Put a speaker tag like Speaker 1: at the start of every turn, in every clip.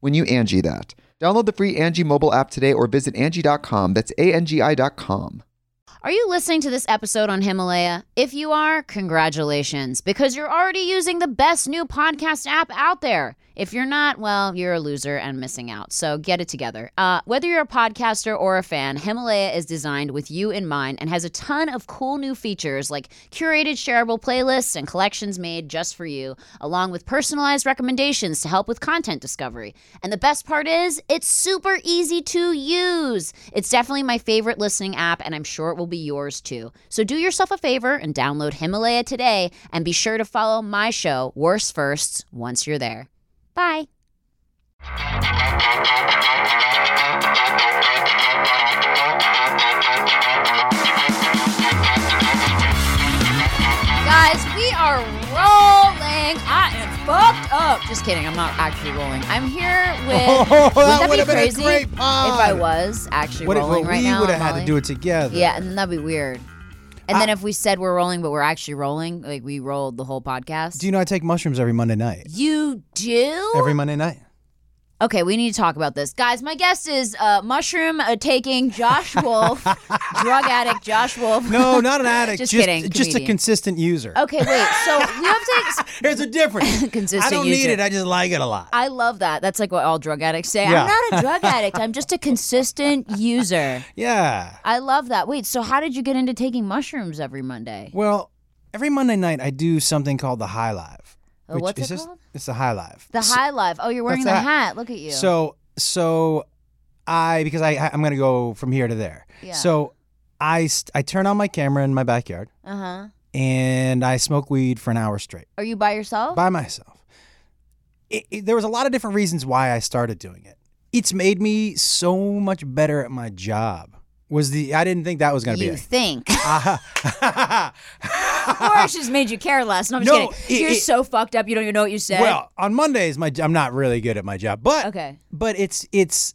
Speaker 1: when you Angie that. Download the free Angie mobile app today or visit Angie.com. That's A-N-G-I dot com.
Speaker 2: Are you listening to this episode on Himalaya? If you are, congratulations, because you're already using the best new podcast app out there. If you're not, well, you're a loser and missing out. So get it together. Uh, whether you're a podcaster or a fan, Himalaya is designed with you in mind and has a ton of cool new features like curated shareable playlists and collections made just for you, along with personalized recommendations to help with content discovery. And the best part is, it's super easy to use. It's definitely my favorite listening app, and I'm sure it will be yours too. So do yourself a favor and download Himalaya today, and be sure to follow my show, Worst Firsts, once you're there. Bye. Guys, we are rolling. I am fucked up. Just kidding. I'm not actually rolling. I'm here with.
Speaker 3: Oh, that
Speaker 2: wouldn't
Speaker 3: would've
Speaker 2: be
Speaker 3: been a
Speaker 2: crazy
Speaker 3: great
Speaker 2: if
Speaker 3: pod.
Speaker 2: I was actually
Speaker 3: What if-
Speaker 2: rolling
Speaker 3: well,
Speaker 2: right
Speaker 3: we
Speaker 2: now?
Speaker 3: would have
Speaker 2: I'm
Speaker 3: had to
Speaker 2: rolling.
Speaker 3: do it together.
Speaker 2: Yeah, and then that'd be weird. And then if we said we're rolling, but we're actually rolling, like we rolled the whole podcast.
Speaker 3: Do you know I take mushrooms every Monday night?
Speaker 2: You do?
Speaker 3: Every Monday night.
Speaker 2: okay, we need to talk about this. Guys, my guest is uh, mushroom uh, taking Josh Wolf, drug addict Josh Wolf.
Speaker 3: No, not an addict.
Speaker 2: Just
Speaker 3: just
Speaker 2: kidding,
Speaker 3: Just a
Speaker 2: comedian.
Speaker 3: consistent user.
Speaker 2: Okay, wait. So you have to. Ex-
Speaker 3: There's a difference.
Speaker 2: Consistent
Speaker 3: I don't need
Speaker 2: user.
Speaker 3: it. I just like it a lot.
Speaker 2: I love that. That's like what all drug addicts say.
Speaker 3: Yeah.
Speaker 2: I'm not a drug addict. I'm just a consistent user.
Speaker 3: yeah.
Speaker 2: I love that. Wait, so how did you get into taking mushrooms every Monday?
Speaker 3: Well, every Monday night I do something called the High Live.
Speaker 2: Oh,
Speaker 3: which
Speaker 2: what's
Speaker 3: is
Speaker 2: it
Speaker 3: just-
Speaker 2: called?
Speaker 3: It's the High Live.
Speaker 2: The high life. Oh, you're wearing the
Speaker 3: that's that.
Speaker 2: hat. Look at you.
Speaker 3: So so I because I I'm gonna go from here to there.
Speaker 2: Yeah.
Speaker 3: So I st- I turn on my camera in my backyard
Speaker 2: uh huh.
Speaker 3: and I smoke weed for an hour straight.
Speaker 2: Are you by yourself?
Speaker 3: by myself. It, it- there was a lot of different reasons why I started doing it. It's made me so much better at my job. Was the I didn't think that was going to be
Speaker 2: you
Speaker 3: it.
Speaker 2: think? or
Speaker 3: Ah.
Speaker 2: it's just made you care less. No, I'm
Speaker 3: No,
Speaker 2: just kidding.
Speaker 3: it-
Speaker 2: You're
Speaker 3: it-
Speaker 2: so fucked up. You don't even know what you said.
Speaker 3: well, on Mondays my I'm not really good at my job, but
Speaker 2: okay.
Speaker 3: but it's it's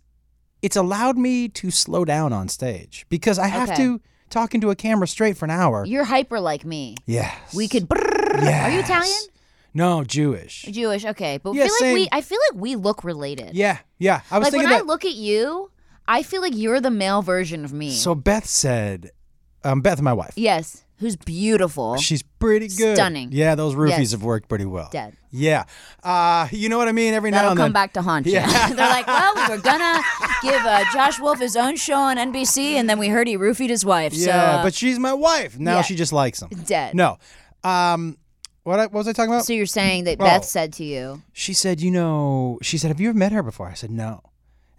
Speaker 3: it's allowed me to slow down on stage because I have
Speaker 2: Okay.
Speaker 3: to talk into a camera straight for an hour.
Speaker 2: You're hyper like me.
Speaker 3: yes.
Speaker 2: We could. Are you Italian?
Speaker 3: Yes. No, Jewish.
Speaker 2: Jewish. Okay, but I
Speaker 3: Yeah,
Speaker 2: feel like we.
Speaker 3: same.
Speaker 2: I feel like we look related.
Speaker 3: Yeah, yeah. I was
Speaker 2: Like when
Speaker 3: thinking
Speaker 2: I
Speaker 3: that
Speaker 2: look at you, I feel like you're the male version of me.
Speaker 3: So Beth said, um, Beth, my wife,
Speaker 2: yes, who's beautiful.
Speaker 3: she's pretty good.
Speaker 2: Stunning.
Speaker 3: Yeah, those roofies
Speaker 2: Yes.
Speaker 3: have worked pretty well.
Speaker 2: Dead.
Speaker 3: Yeah. Uh, you know what I mean? Every now
Speaker 2: That'll
Speaker 3: and
Speaker 2: come
Speaker 3: then.
Speaker 2: back to haunt
Speaker 3: Yeah.
Speaker 2: you. They're like, well, we were gonna give uh, Josh Wolf his own show on NBC, and then we heard he roofied his wife. so,
Speaker 3: Yeah,
Speaker 2: uh,
Speaker 3: but she's my wife. Now
Speaker 2: yeah.
Speaker 3: she just likes him.
Speaker 2: dead.
Speaker 3: No. Um, what, I, what was I talking about?
Speaker 2: So you're saying that
Speaker 3: Oh.
Speaker 2: Beth said to you,
Speaker 3: she said, you know, she said, have you ever met her before? I said, no.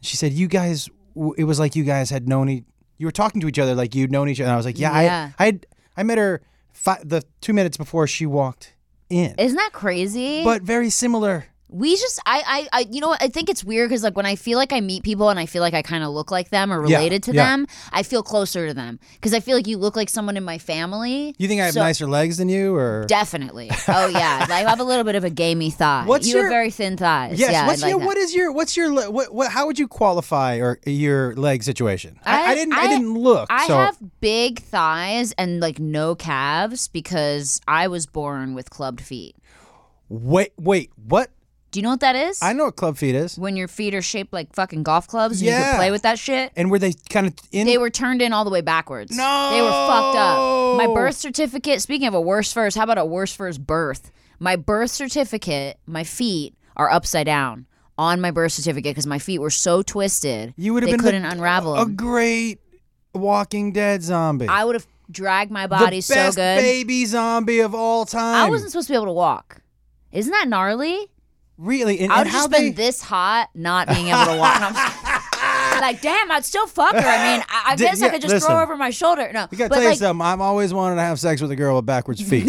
Speaker 3: She said, you guys, w- it was like you guys had known each, you were talking to each other like you'd known each other. And I was like, yeah,
Speaker 2: Yeah.
Speaker 3: I, I, had, I met her fi- the two minutes before she walked in.
Speaker 2: "Isn't that crazy?"
Speaker 3: but very similar
Speaker 2: We just, I, I, I you know, what? I think it's weird because like when I feel like I meet people and I feel like I kind of look like them or
Speaker 3: Yeah,
Speaker 2: related to
Speaker 3: yeah.
Speaker 2: them, I feel closer to them because I feel like you look like someone in my family.
Speaker 3: You think I have
Speaker 2: So-
Speaker 3: nicer legs than you, or
Speaker 2: Definitely. Oh yeah, I have a little bit of a gamey thigh.
Speaker 3: What's
Speaker 2: you
Speaker 3: your-
Speaker 2: have very thin thighs.
Speaker 3: Yes.
Speaker 2: yeah,
Speaker 3: what's
Speaker 2: I like
Speaker 3: your
Speaker 2: that.
Speaker 3: what is your what's your le- what, what how would you qualify or your leg situation? I, I,
Speaker 2: I-
Speaker 3: didn't I,
Speaker 2: I-
Speaker 3: didn't look.
Speaker 2: I
Speaker 3: so
Speaker 2: have big thighs and like no calves because I was born with clubbed feet.
Speaker 3: wait wait what?
Speaker 2: Do you know what that is?
Speaker 3: I know what club feet is.
Speaker 2: when your feet are shaped like fucking golf clubs and you
Speaker 3: Yeah.
Speaker 2: can play with that shit.
Speaker 3: And were they kind of in?
Speaker 2: They were turned in all the way backwards. They were fucked up. My
Speaker 3: No.
Speaker 2: birth certificate, speaking of a worse first, how about a worse first birth? My birth certificate, my feet are upside down on my birth certificate because my feet were so twisted.
Speaker 3: you would have
Speaker 2: they
Speaker 3: been the-
Speaker 2: couldn't unravel
Speaker 3: a
Speaker 2: them.
Speaker 3: great Walking Dead zombie.
Speaker 2: I would have dragged my
Speaker 3: the
Speaker 2: body
Speaker 3: best
Speaker 2: so good.
Speaker 3: baby zombie of all time.
Speaker 2: I wasn't supposed to be able to walk. Isn't that gnarly?
Speaker 3: really. And,
Speaker 2: I would
Speaker 3: and
Speaker 2: have
Speaker 3: how
Speaker 2: just been
Speaker 3: they,
Speaker 2: this hot not being able to walk. And I'm like, damn, I'd still fuck her. I mean, I, I
Speaker 3: Di-
Speaker 2: guess
Speaker 3: yeah,
Speaker 2: I could just
Speaker 3: listen.
Speaker 2: throw her over my shoulder. No,
Speaker 3: We gotta
Speaker 2: but
Speaker 3: tell you
Speaker 2: like,
Speaker 3: something. I'm always wanted to have sex with a girl with backwards feet.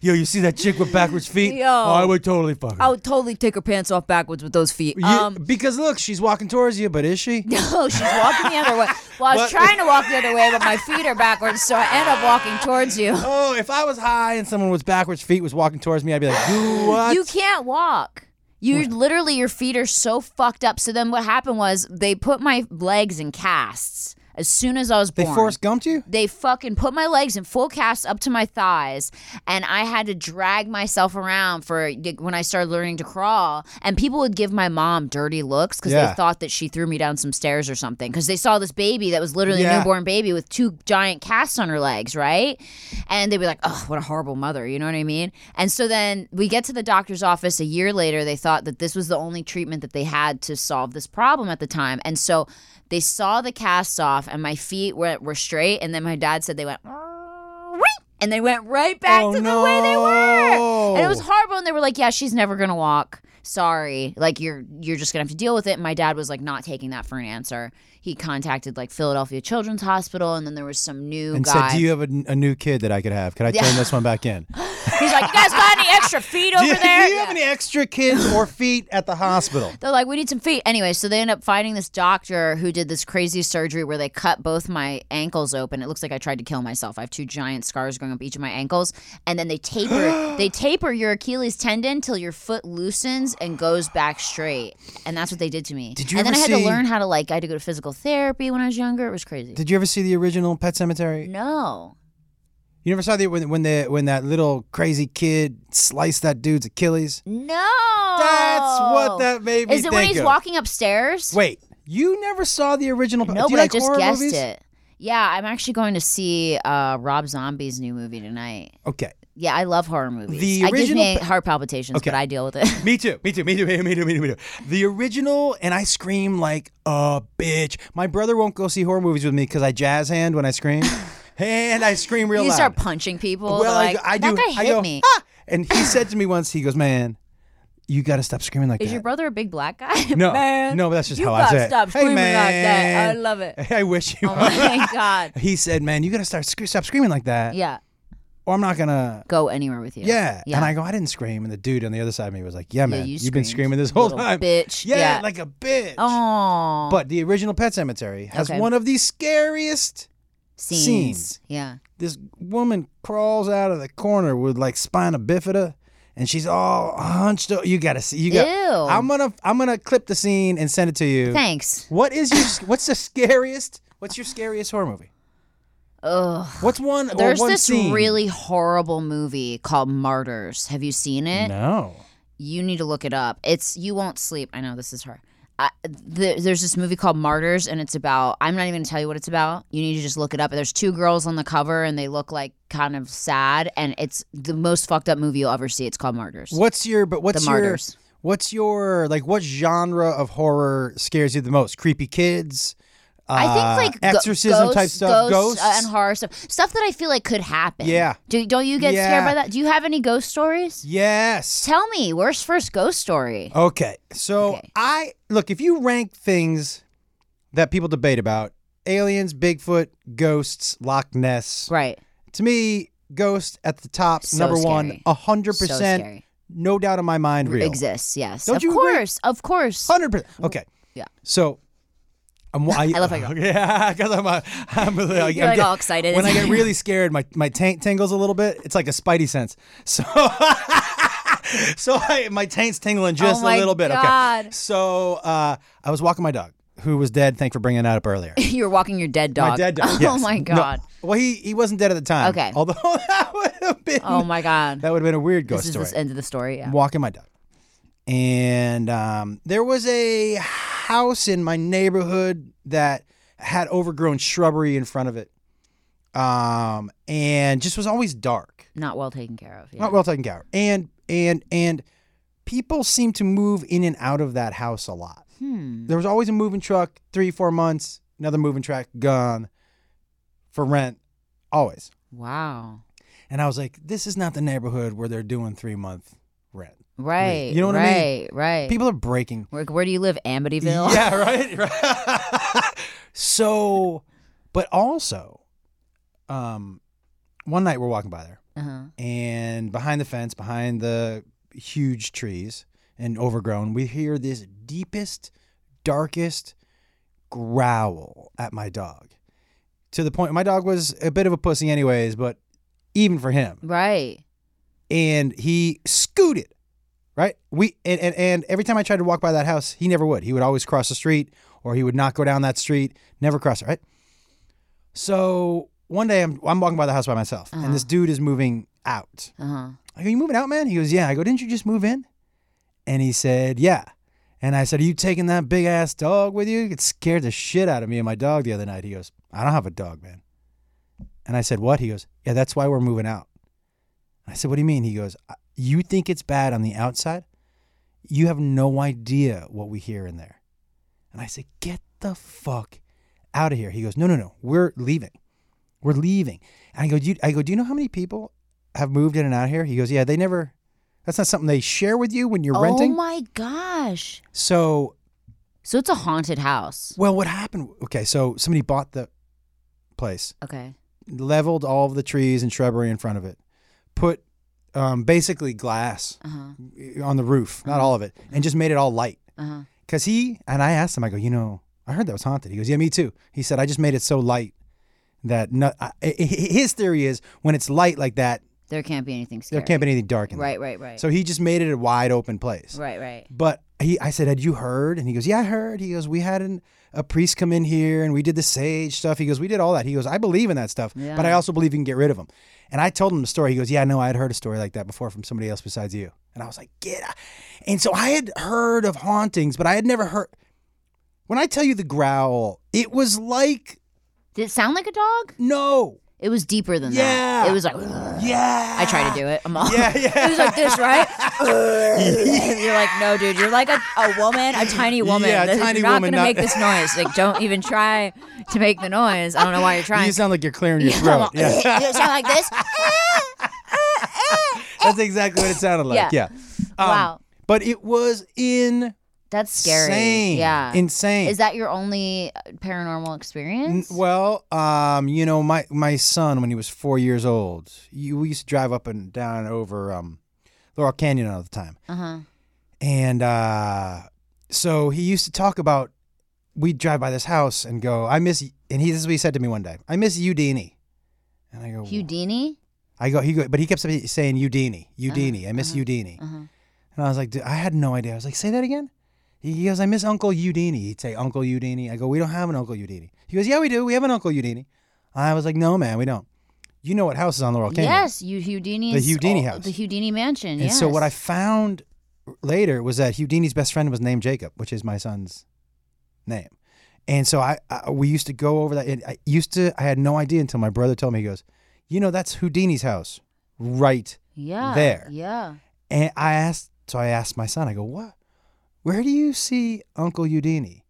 Speaker 3: Yo, you see that chick with backwards feet?
Speaker 2: Yo.
Speaker 3: Oh, I would totally fuck her.
Speaker 2: I would totally take her pants off backwards with those feet.
Speaker 3: You-
Speaker 2: Um,
Speaker 3: because look, she's walking towards you, but is she?
Speaker 2: no, she's walking the other way. Well, I was
Speaker 3: But-
Speaker 2: trying to walk the other way, but my feet are backwards, so I end up walking towards you.
Speaker 3: Oh, if I was high and someone with backwards feet was walking towards me, I'd be like, "You what?
Speaker 2: You can't walk. You literally your feet are so fucked up. So then what happened was they put my legs in casts as soon as I was
Speaker 3: they
Speaker 2: born.
Speaker 3: force gumped you?
Speaker 2: they fucking put my legs in full casts up to my thighs and i had to drag myself around for when i started learning to crawl and people would give my mom dirty looks because
Speaker 3: Yeah.
Speaker 2: they thought that she threw me down some stairs or something because they saw this baby that was literally
Speaker 3: Yeah.
Speaker 2: a newborn baby with two giant casts on her legs right and they'd be like oh what a horrible mother you know what i mean and so then we get to the doctor's office a year later they thought that this was the only treatment that they had to solve this problem at the time and so they saw the casts off and my feet were, were straight and then my dad said they went "Wee!" and they went right back
Speaker 3: Oh,
Speaker 2: to the way they were and
Speaker 3: no.
Speaker 2: it was horrible and they were like yeah she's never gonna walk sorry like you're you're just gonna have to deal with it and my dad was like not taking that for an answer he contacted like philadelphia children's hospital and then there was some new
Speaker 3: And
Speaker 2: guy
Speaker 3: said, "Do you have a, a new kid that I could have? Can I turn this one back in?
Speaker 2: he's like you guys got any extra feet over
Speaker 3: do you,
Speaker 2: there
Speaker 3: do you have any extra kids or feet at the hospital?
Speaker 2: They're like, we need some feet. Anyway, so they end up finding this doctor who did this crazy surgery where they cut both my ankles open. It looks like I tried to kill myself. I have two giant scars going up each of my ankles, and then they taper they taper your Achilles tendon till your foot loosens and goes back straight. And that's what they did to me.
Speaker 3: Did you
Speaker 2: and then
Speaker 3: ever
Speaker 2: I had
Speaker 3: see-
Speaker 2: to learn how to like I had to go to physical therapy when I was younger. It was crazy.
Speaker 3: Did you ever see the original Pet Cemetery?
Speaker 2: no.
Speaker 3: You never saw the when when the when that little crazy kid sliced that dude's Achilles.
Speaker 2: No.
Speaker 3: That's what that made me
Speaker 2: Oh. Is it
Speaker 3: think
Speaker 2: when he's
Speaker 3: of.
Speaker 2: walking upstairs?
Speaker 3: Wait, you never saw the original?
Speaker 2: No,
Speaker 3: do you
Speaker 2: but I
Speaker 3: like
Speaker 2: just
Speaker 3: horror
Speaker 2: guessed
Speaker 3: movies?
Speaker 2: it. Yeah, I'm actually going to see uh, Rob Zombie's new movie tonight.
Speaker 3: Okay,
Speaker 2: Yeah, I love horror movies.
Speaker 3: The
Speaker 2: I give
Speaker 3: original
Speaker 2: me
Speaker 3: pa-
Speaker 2: heart palpitations,
Speaker 3: Okay.
Speaker 2: but I deal with it.
Speaker 3: me too, me too, me too, me too, me too, me too, me too. The original, and I scream like a bitch. My brother won't go see horror movies with me because I jazz hand when I scream, and I scream real
Speaker 2: you
Speaker 3: loud.
Speaker 2: start punching people.
Speaker 3: well,
Speaker 2: they're
Speaker 3: I,
Speaker 2: like,
Speaker 3: go- I do.
Speaker 2: That guy
Speaker 3: I
Speaker 2: hit
Speaker 3: go,
Speaker 2: me.
Speaker 3: "Ah!" and he said to me once, he goes, "Man, you got to stop screaming like
Speaker 2: Is
Speaker 3: that."
Speaker 2: your brother a big black guy?
Speaker 3: No,
Speaker 2: man.
Speaker 3: no, but that's just
Speaker 2: you
Speaker 3: how I
Speaker 2: gotta
Speaker 3: say it.
Speaker 2: Stop
Speaker 3: Hey,
Speaker 2: screaming like that. I
Speaker 3: man.
Speaker 2: love it.
Speaker 3: I wish you.
Speaker 2: Oh my god.
Speaker 3: He said, "Man, you gotta start sc- stop screaming like that,
Speaker 2: Yeah.
Speaker 3: or I'm not gonna."
Speaker 2: Go anywhere with you.
Speaker 3: Yeah.
Speaker 2: Yeah.
Speaker 3: and I go, "I didn't scream," and the dude on the other side of me was like, "Yeah, man,
Speaker 2: you
Speaker 3: have been
Speaker 2: screamed,
Speaker 3: screaming this whole
Speaker 2: little
Speaker 3: time,
Speaker 2: bitch."
Speaker 3: Yeah,
Speaker 2: Yeah.
Speaker 3: like a bitch.
Speaker 2: Aw.
Speaker 3: But the original Pet Cemetery has
Speaker 2: Okay.
Speaker 3: one of the scariest.
Speaker 2: scenes.
Speaker 3: scenes.
Speaker 2: Yeah.
Speaker 3: This woman crawls out of the corner with like spina bifida, and she's all hunched. up. You gotta see. You got.
Speaker 2: Ew.
Speaker 3: I'm gonna I'm gonna clip the scene and send it to you.
Speaker 2: Thanks.
Speaker 3: What is your What's the scariest? What's your scariest horror movie?
Speaker 2: Ugh.
Speaker 3: What's one? or
Speaker 2: There's
Speaker 3: one
Speaker 2: this
Speaker 3: scene?
Speaker 2: really horrible movie called Martyrs. Have you seen it?
Speaker 3: no.
Speaker 2: You need to look it up. It's you won't sleep. I know this is her. I, th- there's this movie called Martyrs, and it's about. I'm not even gonna tell you what it's about. You need to just look it up. There's two girls on the cover, and they look like kind of sad, and it's the most fucked up movie you'll ever see. It's called Martyrs.
Speaker 3: What's your but what's
Speaker 2: The
Speaker 3: your
Speaker 2: Martyrs.
Speaker 3: what's your like what genre of horror scares you the most? Creepy kids? Uh,
Speaker 2: I think like go-
Speaker 3: exorcism type
Speaker 2: ghosts-
Speaker 3: stuff.
Speaker 2: ghosts,
Speaker 3: Ghosts.
Speaker 2: uh, and horror stuff, stuff that I feel like could happen.
Speaker 3: Yeah.
Speaker 2: Do, don't you get
Speaker 3: Yeah.
Speaker 2: scared by that? Do you have any ghost stories?
Speaker 3: yes.
Speaker 2: Tell me, worst first ghost story.
Speaker 3: Okay. So
Speaker 2: Okay.
Speaker 3: I look if you rank things that people debate about aliens, Bigfoot, ghosts, Loch Ness.
Speaker 2: Right.
Speaker 3: To me, Ghost at the top,
Speaker 2: So
Speaker 3: number one,
Speaker 2: scary.
Speaker 3: one, hundred
Speaker 2: So
Speaker 3: percent,
Speaker 2: scary.
Speaker 3: no doubt in my mind, real.
Speaker 2: Exists, yes.
Speaker 3: Don't
Speaker 2: of
Speaker 3: you agree?
Speaker 2: course, of course.
Speaker 3: Hundred percent. Okay.
Speaker 2: Mm-hmm. Yeah.
Speaker 3: So. I'm, I,
Speaker 2: I love how you're-
Speaker 3: Yeah, because I'm, a, I'm, a, like,
Speaker 2: You're,
Speaker 3: I'm
Speaker 2: like,
Speaker 3: get-
Speaker 2: all excited.
Speaker 3: When I get really scared, my my taint tingles a little bit. It's like a spidey sense. So, so I, my taint's tingling just
Speaker 2: Oh my
Speaker 3: a little bit. Okay.
Speaker 2: God.
Speaker 3: So uh, I was walking my dog, who was dead. Thanks for bringing that up earlier.
Speaker 2: You're walking your dead dog.
Speaker 3: My dead dog.
Speaker 2: Oh
Speaker 3: yes.
Speaker 2: my
Speaker 3: No.
Speaker 2: god.
Speaker 3: Well, he he wasn't dead at the time.
Speaker 2: Okay.
Speaker 3: Although that would have been
Speaker 2: Oh my god.
Speaker 3: that would have been a weird
Speaker 2: this
Speaker 3: ghost
Speaker 2: is
Speaker 3: story.
Speaker 2: this end of the story. Yeah.
Speaker 3: Walking my dog, and um, there was a house in my neighborhood that had overgrown shrubbery in front of it, um, and just was always dark,
Speaker 2: Not well taken care of. Yeah.
Speaker 3: not well taken care of, and and and people seemed to move in and out of that house a lot.
Speaker 2: Hmm.
Speaker 3: There was always a moving truck, three, four months, another moving truck gone for rent, always.
Speaker 2: Wow.
Speaker 3: And I was like, this is not the neighborhood where they're doing three month rent.
Speaker 2: Right.
Speaker 3: You know what
Speaker 2: right,
Speaker 3: I mean?
Speaker 2: Right. Right.
Speaker 3: People are breaking.
Speaker 2: Where, where do you live? Amityville.
Speaker 3: Yeah, right? right. so, but also, um, one night we're walking by there
Speaker 2: Uh-huh.
Speaker 3: and behind the fence, behind the huge trees and overgrown, we hear this deepest, darkest growl at my dog. To the point, my dog was a bit of a pussy, anyways, but even for him.
Speaker 2: Right.
Speaker 3: And he scooted, right? We and, and, and every time I tried to walk by that house, he never would. He would always cross the street or he would not go down that street, never cross it, right? So one day I'm, I'm walking by the house by myself
Speaker 2: Uh-huh.
Speaker 3: and this dude is moving out.
Speaker 2: Uh huh.
Speaker 3: I go, you moving out, man? He goes, yeah. I go, didn't you just move in? And he said, yeah. And I said, are you taking that big ass dog with you? It scared the shit out of me and my dog the other night. He goes, I don't have a dog, man. And I said, what? He goes, yeah, that's why we're moving out. I said, what do you mean? He goes, "I- you think it's bad on the outside? You have no idea what we hear in there. And I said, get the fuck out of here. He goes, no, no, no, we're leaving. We're leaving. And I go, do you, I go, do you know how many people have moved in and out of here? He goes, yeah, they never, that's not something they share with you when you're
Speaker 2: Oh
Speaker 3: renting.
Speaker 2: my gosh.
Speaker 3: so,
Speaker 2: So it's a haunted house.
Speaker 3: well, what happened? Okay, so somebody bought the place,
Speaker 2: Okay.
Speaker 3: leveled all of the trees and shrubbery in front of it, put um, basically glass eh,
Speaker 2: Uh huh.
Speaker 3: on the roof, not all of it, and just made it all light.
Speaker 2: Uh huh.
Speaker 3: Cause he and I asked him, I go, you know, I heard that was haunted. He goes, yeah, me too. He said, I just made it so light that no, I, I- his theory is when it's light like that,
Speaker 2: There can't be anything
Speaker 3: there
Speaker 2: scary.
Speaker 3: can't be anything dark in there.
Speaker 2: Right. Right. Right.
Speaker 3: So he just made it a wide open place.
Speaker 2: right. Right.
Speaker 3: But he, I said, had you heard? And he goes, yeah, I heard. He goes, we had an, a priest come in here and we did the sage stuff. He goes, we did all that. He goes, I believe in that stuff,
Speaker 2: Yeah.
Speaker 3: but I also believe you can get rid of them. And I told him the story. He goes, yeah, no, I had heard a story like that before from somebody else besides you. And I was like, get out. And so I had heard of hauntings, but I had never heard. When I tell you the growl, it was like,
Speaker 2: Did it sound like a dog?
Speaker 3: no.
Speaker 2: It was deeper than that.
Speaker 3: Yeah.
Speaker 2: It was like.
Speaker 3: Yeah.
Speaker 2: I try to do it. I'm all.
Speaker 3: Yeah, yeah.
Speaker 2: it was like this, right? you're like, no, dude. You're like a, a woman, a tiny woman.
Speaker 3: Yeah, a
Speaker 2: This-
Speaker 3: tiny
Speaker 2: you're not
Speaker 3: woman,
Speaker 2: gonna
Speaker 3: not-
Speaker 2: make this noise. Like, don't even try to make the noise. I don't know why you're trying.
Speaker 3: You sound like you're clearing your throat. Yeah.
Speaker 2: you sound like this.
Speaker 3: That's exactly what it sounded like.
Speaker 2: Yeah.
Speaker 3: Yeah. Um,
Speaker 2: Wow.
Speaker 3: But it was in.
Speaker 2: That's scary.
Speaker 3: Insane.
Speaker 2: Yeah.
Speaker 3: Insane.
Speaker 2: Is that your only uh, paranormal
Speaker 3: N-
Speaker 2: experience?
Speaker 3: Well, um, you know, my my son when he was four years old, you, we used to drive up and down over um, Laurel Canyon all the time,
Speaker 2: Uh huh.
Speaker 3: and uh, so he used to talk about we'd drive by this house and go, I miss, and he this is what he said to me one day, I miss Udini, and I go,
Speaker 2: Houdini.
Speaker 3: I go, he go, but he kept saying Udini, Udini, I miss Udini,
Speaker 2: Uh huh.
Speaker 3: and I was like, "Dude, I had no idea. I was like, say that again. He goes, I miss Uncle Udini. He'd say, Uncle Udini. I go, we don't have an Uncle Udini. He goes, yeah, we do. We have an Uncle Udini. I was like, no, man, we don't. You know what house is on Laurel Canyon?
Speaker 2: Yes, you Houdini.
Speaker 3: The
Speaker 2: is
Speaker 3: Houdini
Speaker 2: all-
Speaker 3: house.
Speaker 2: The Houdini mansion.
Speaker 3: And
Speaker 2: yes.
Speaker 3: so what I found later was that Houdini's best friend was named Jacob, which is my son's name. And so I, I we used to go over that. And I used to, I had no idea until my brother told me. He goes, you know, that's Houdini's house, right
Speaker 2: yeah
Speaker 3: there.
Speaker 2: Yeah.
Speaker 3: And I asked, so I asked my son, I go, what? Where do you see Uncle Udini?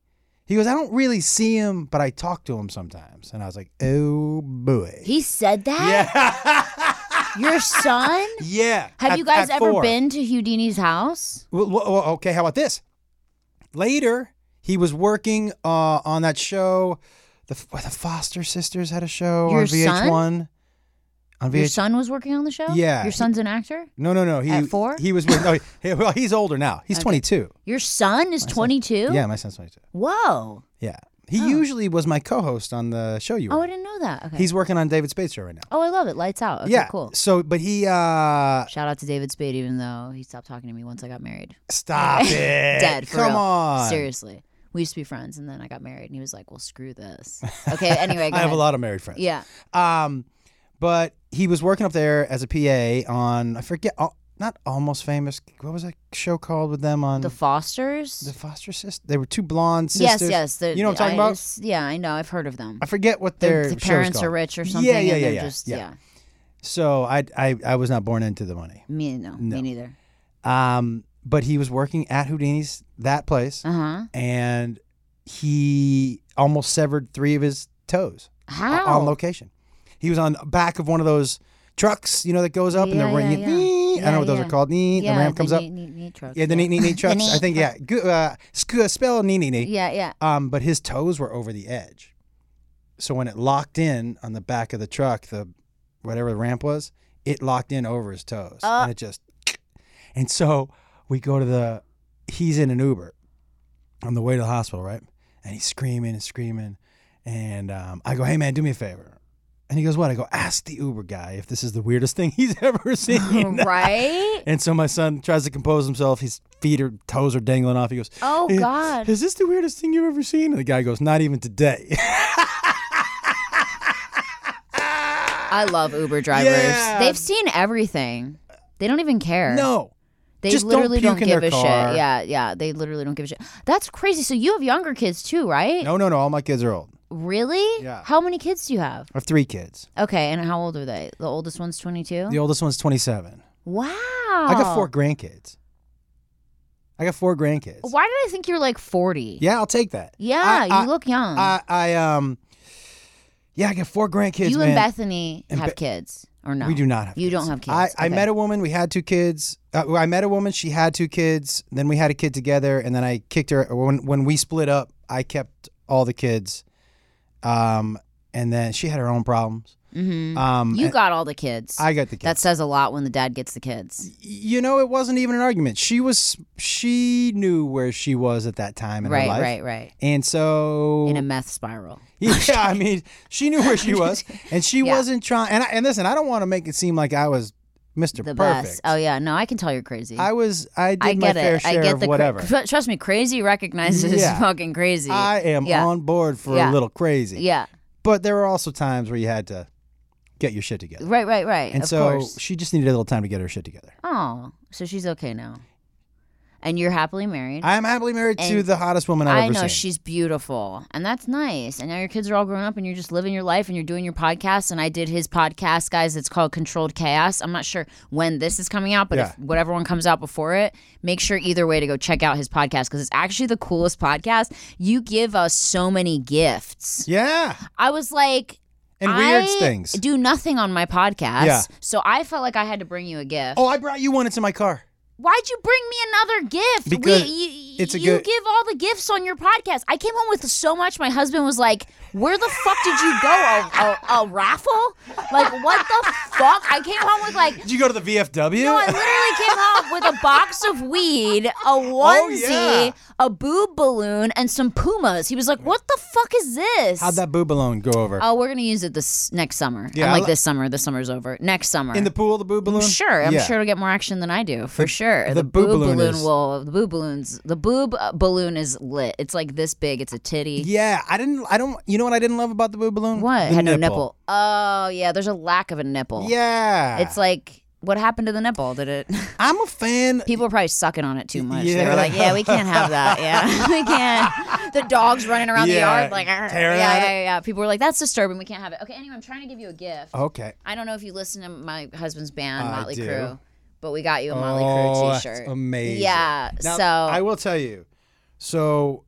Speaker 3: He goes, I don't really see him, but I talk to him sometimes. And I was like, oh boy.
Speaker 2: He said that.
Speaker 3: yeah.
Speaker 2: Your son.
Speaker 3: yeah.
Speaker 2: Have
Speaker 3: At-
Speaker 2: you guys
Speaker 3: at
Speaker 2: ever
Speaker 3: four.
Speaker 2: been to Houdini's house?
Speaker 3: Well, well, well, okay, how about this? Later, he was working uh, on that show. The, the Foster Sisters had a show
Speaker 2: Your
Speaker 3: on
Speaker 2: son?
Speaker 3: VH1. on
Speaker 2: Your
Speaker 3: VH.
Speaker 2: son was working on the show?
Speaker 3: Yeah.
Speaker 2: Your son's an actor?
Speaker 3: No, no, no. He,
Speaker 2: At four?
Speaker 3: He was with. No, he, well, he's older now. He's 22.
Speaker 2: Your son is 22?
Speaker 3: Yeah, my son's 22.
Speaker 2: Whoa.
Speaker 3: Yeah. He usually was my co-host on the show you were.
Speaker 2: Oh, I
Speaker 3: on.
Speaker 2: didn't know that. Okay.
Speaker 3: He's working on David Spade's show right now.
Speaker 2: oh, I love it. Lights out. Okay,
Speaker 3: yeah.
Speaker 2: cool.
Speaker 3: So, but he uh
Speaker 2: Shout out to David Spade, even though he stopped talking to me once I got married.
Speaker 3: stop it.
Speaker 2: Dead. For
Speaker 3: Come
Speaker 2: real.
Speaker 3: on.
Speaker 2: Seriously. We used to be friends, and then I got married, and he was like, well, screw this. Okay, anyway, go
Speaker 3: I have a
Speaker 2: ahead.
Speaker 3: lot of married friends.
Speaker 2: Yeah.
Speaker 3: Um, but he was working up there as a PA on I forget al- not almost famous. What was that show called with them on
Speaker 2: The Fosters?
Speaker 3: the Foster Sisters? They were two blonde
Speaker 2: yes,
Speaker 3: sisters.
Speaker 2: yes. the-
Speaker 3: You know what I'm talking
Speaker 2: I-
Speaker 3: about?
Speaker 2: it's- Yeah, I know. I've heard of them.
Speaker 3: I forget what
Speaker 2: Their,
Speaker 3: their,
Speaker 2: the
Speaker 3: show's
Speaker 2: parents
Speaker 3: called.
Speaker 2: are rich or something.
Speaker 3: Yeah, yeah,
Speaker 2: and
Speaker 3: yeah,
Speaker 2: they're
Speaker 3: yeah,
Speaker 2: Just,
Speaker 3: yeah.
Speaker 2: yeah.
Speaker 3: So I, I I was not born into the money.
Speaker 2: Me no,
Speaker 3: No.
Speaker 2: Me neither.
Speaker 3: Um, but he was working at Houdini's that place,
Speaker 2: Uh huh.
Speaker 3: and he almost severed three of his toes o-
Speaker 2: How?
Speaker 3: on location. He was on back of one of those trucks, you know, that goes up and
Speaker 2: Yeah,
Speaker 3: the ring.
Speaker 2: yeah, yeah.
Speaker 3: I don't know what
Speaker 2: Yeah,
Speaker 3: those
Speaker 2: yeah.
Speaker 3: are called. Nee,
Speaker 2: yeah,
Speaker 3: the ram comes
Speaker 2: the
Speaker 3: up.
Speaker 2: Neat, neat, neat trucks,
Speaker 3: Yeah, the neat, neat, neat trucks.
Speaker 2: neat
Speaker 3: I think yeah. Go, uh, sc- spell neat, neat, neat.
Speaker 2: Yeah, yeah.
Speaker 3: Um, but his toes were over the edge, so when it locked in on the back of the truck, the whatever the ramp was, it locked in over his toes,
Speaker 2: Uh.
Speaker 3: and it just. And so we go to the. He's in an Uber, on the way to the hospital, right? And he's screaming and screaming, and um, I go, "Hey man, do me a favor." And he goes, "What?" I go, "Ask the Uber guy if this is the weirdest thing he's ever seen."
Speaker 2: right?
Speaker 3: And so my son tries to compose himself. His feet or toes are dangling off. He goes,
Speaker 2: Oh
Speaker 3: "Eh,
Speaker 2: God.
Speaker 3: Is this the weirdest thing you've ever seen? And the guy goes, Not even today.
Speaker 2: I love Uber drivers.
Speaker 3: Yeah.
Speaker 2: They've seen everything. They don't even care.
Speaker 3: no.
Speaker 2: they
Speaker 3: just don't
Speaker 2: literally
Speaker 3: puke in
Speaker 2: give
Speaker 3: their
Speaker 2: a
Speaker 3: car.
Speaker 2: shit. Yeah, yeah. They literally don't give a shit. That's crazy. So you have younger kids too, right?
Speaker 3: No, no, no. All my kids are old.
Speaker 2: Really?
Speaker 3: Yeah.
Speaker 2: How many kids do you have?
Speaker 3: I have three kids.
Speaker 2: Okay, and how old are they? The oldest one's twenty-two.
Speaker 3: The oldest one's 27.
Speaker 2: Wow.
Speaker 3: I got four grandkids. I got four grandkids.
Speaker 2: Why did I think you were like forty?
Speaker 3: Yeah, I'll take that.
Speaker 2: Yeah,
Speaker 3: I- I-
Speaker 2: you look young.
Speaker 3: I, I, um, yeah, I got four grandkids.
Speaker 2: you
Speaker 3: man.
Speaker 2: and Bethany
Speaker 3: And
Speaker 2: have
Speaker 3: Be-
Speaker 2: kids or no?
Speaker 3: We do not have.
Speaker 2: You
Speaker 3: kids.
Speaker 2: don't have kids.
Speaker 3: I, I
Speaker 2: Okay.
Speaker 3: met a woman. We had two kids. Uh, well, I met a woman. She had two kids. Then we had a kid together, and then I kicked her. When when we split up, I kept all the kids. Um, and then she had her own problems.
Speaker 2: Mhm.
Speaker 3: Um,
Speaker 2: You
Speaker 3: and
Speaker 2: got all the kids.
Speaker 3: I got the kids.
Speaker 2: That says a lot when the dad gets the kids.
Speaker 3: you know, it wasn't even an argument. She was. She knew where she was at that time in her
Speaker 2: Right,
Speaker 3: life.
Speaker 2: right, right.
Speaker 3: And so
Speaker 2: In a meth spiral.
Speaker 3: Yeah, I mean, she knew where she was, and she
Speaker 2: Yeah.
Speaker 3: wasn't trying. And I, and listen, I don't want to make it seem like I was Mister
Speaker 2: The
Speaker 3: Perfect.
Speaker 2: best. Oh yeah, no, I can tell you're crazy.
Speaker 3: I was. I did
Speaker 2: I
Speaker 3: my
Speaker 2: get
Speaker 3: fair
Speaker 2: it. I
Speaker 3: share
Speaker 2: get
Speaker 3: of
Speaker 2: the cra-
Speaker 3: whatever.
Speaker 2: tr- trust me, crazy recognizes
Speaker 3: Yeah.
Speaker 2: fucking crazy.
Speaker 3: I am
Speaker 2: Yeah.
Speaker 3: on board for
Speaker 2: Yeah.
Speaker 3: a little crazy.
Speaker 2: yeah.
Speaker 3: But there were also times where you had to get your shit together.
Speaker 2: Right, right, right.
Speaker 3: And
Speaker 2: of
Speaker 3: so
Speaker 2: course.
Speaker 3: she just needed a little time to get her shit together.
Speaker 2: Oh, so she's okay now. And you're happily married.
Speaker 3: I am happily married to
Speaker 2: And
Speaker 3: the hottest woman I've
Speaker 2: I
Speaker 3: ever
Speaker 2: know
Speaker 3: seen.
Speaker 2: she's beautiful, and that's nice. And now your kids are all grown up, and you're just living your life, and you're doing your podcast. And I did his podcast, guys. It's called Controlled Chaos. I'm not sure when this is coming out, but
Speaker 3: Yeah.
Speaker 2: if whatever one comes out before it, make sure either way to go check out his podcast because it's actually the coolest podcast. You give us so many gifts.
Speaker 3: yeah,
Speaker 2: I was like.
Speaker 3: and weird
Speaker 2: I
Speaker 3: things.
Speaker 2: do nothing on my podcast,
Speaker 3: Yeah.
Speaker 2: so I felt like I had to bring you a gift.
Speaker 3: oh, I brought you one into my car.
Speaker 2: Why'd you bring me another gift?
Speaker 3: Because
Speaker 2: we, you,
Speaker 3: it's a
Speaker 2: you
Speaker 3: good-
Speaker 2: give all the gifts on your podcast. I came home with so much. My husband was like, "Where the fuck did you go? A, a, a raffle? Like what the fuck?" I came home with like.
Speaker 3: Did you go to the VFW?
Speaker 2: No, I literally came home with a box of weed, a onesie,
Speaker 3: Oh, yeah.
Speaker 2: a boob balloon, and some pumas. He was like, "What the fuck is this?"
Speaker 3: How'd that boob balloon go over?
Speaker 2: Oh, we're gonna use it this next summer.
Speaker 3: Yeah,
Speaker 2: Yeah,
Speaker 3: I
Speaker 2: like
Speaker 3: li-
Speaker 2: this summer. This summer's over. Next summer.
Speaker 3: In the pool, the boob balloon?
Speaker 2: Sure, I'm
Speaker 3: Yeah.
Speaker 2: sure it'll get more action than I do for sure.
Speaker 3: the
Speaker 2: The,
Speaker 3: boob
Speaker 2: boob,
Speaker 3: balloon
Speaker 2: balloon,
Speaker 3: is-
Speaker 2: will. The boob balloons. The boob uh, balloon is lit. It's like this big. It's a titty.
Speaker 3: Yeah, I didn't. I don't. You know what I didn't love about the boob balloon?
Speaker 2: What
Speaker 3: The
Speaker 2: had no nipple? Oh yeah, there's a lack of a nipple.
Speaker 3: Yeah,
Speaker 2: it's like what happened to the nipple? Did it?
Speaker 3: I'm a fan.
Speaker 2: People are probably sucking on it too much. They
Speaker 3: Yeah.
Speaker 2: were like, yeah, we can't have that. Yeah, we can't. The dogs running around
Speaker 3: Yeah,
Speaker 2: the yard like, "Arr." yeah,
Speaker 3: tearing at
Speaker 2: yeah,
Speaker 3: it.
Speaker 2: yeah, yeah. People were like, that's disturbing. We can't have it. Okay, anyway, I'm trying to give you a gift.
Speaker 3: Okay.
Speaker 2: I don't know if you listen to my husband's band,
Speaker 3: Oh. I
Speaker 2: Motley
Speaker 3: do.
Speaker 2: Crue, but we got you a Motley
Speaker 3: oh,
Speaker 2: Crue
Speaker 3: that's
Speaker 2: t-shirt.
Speaker 3: amazing.
Speaker 2: Yeah.
Speaker 3: Now,
Speaker 2: so
Speaker 3: I will tell you. So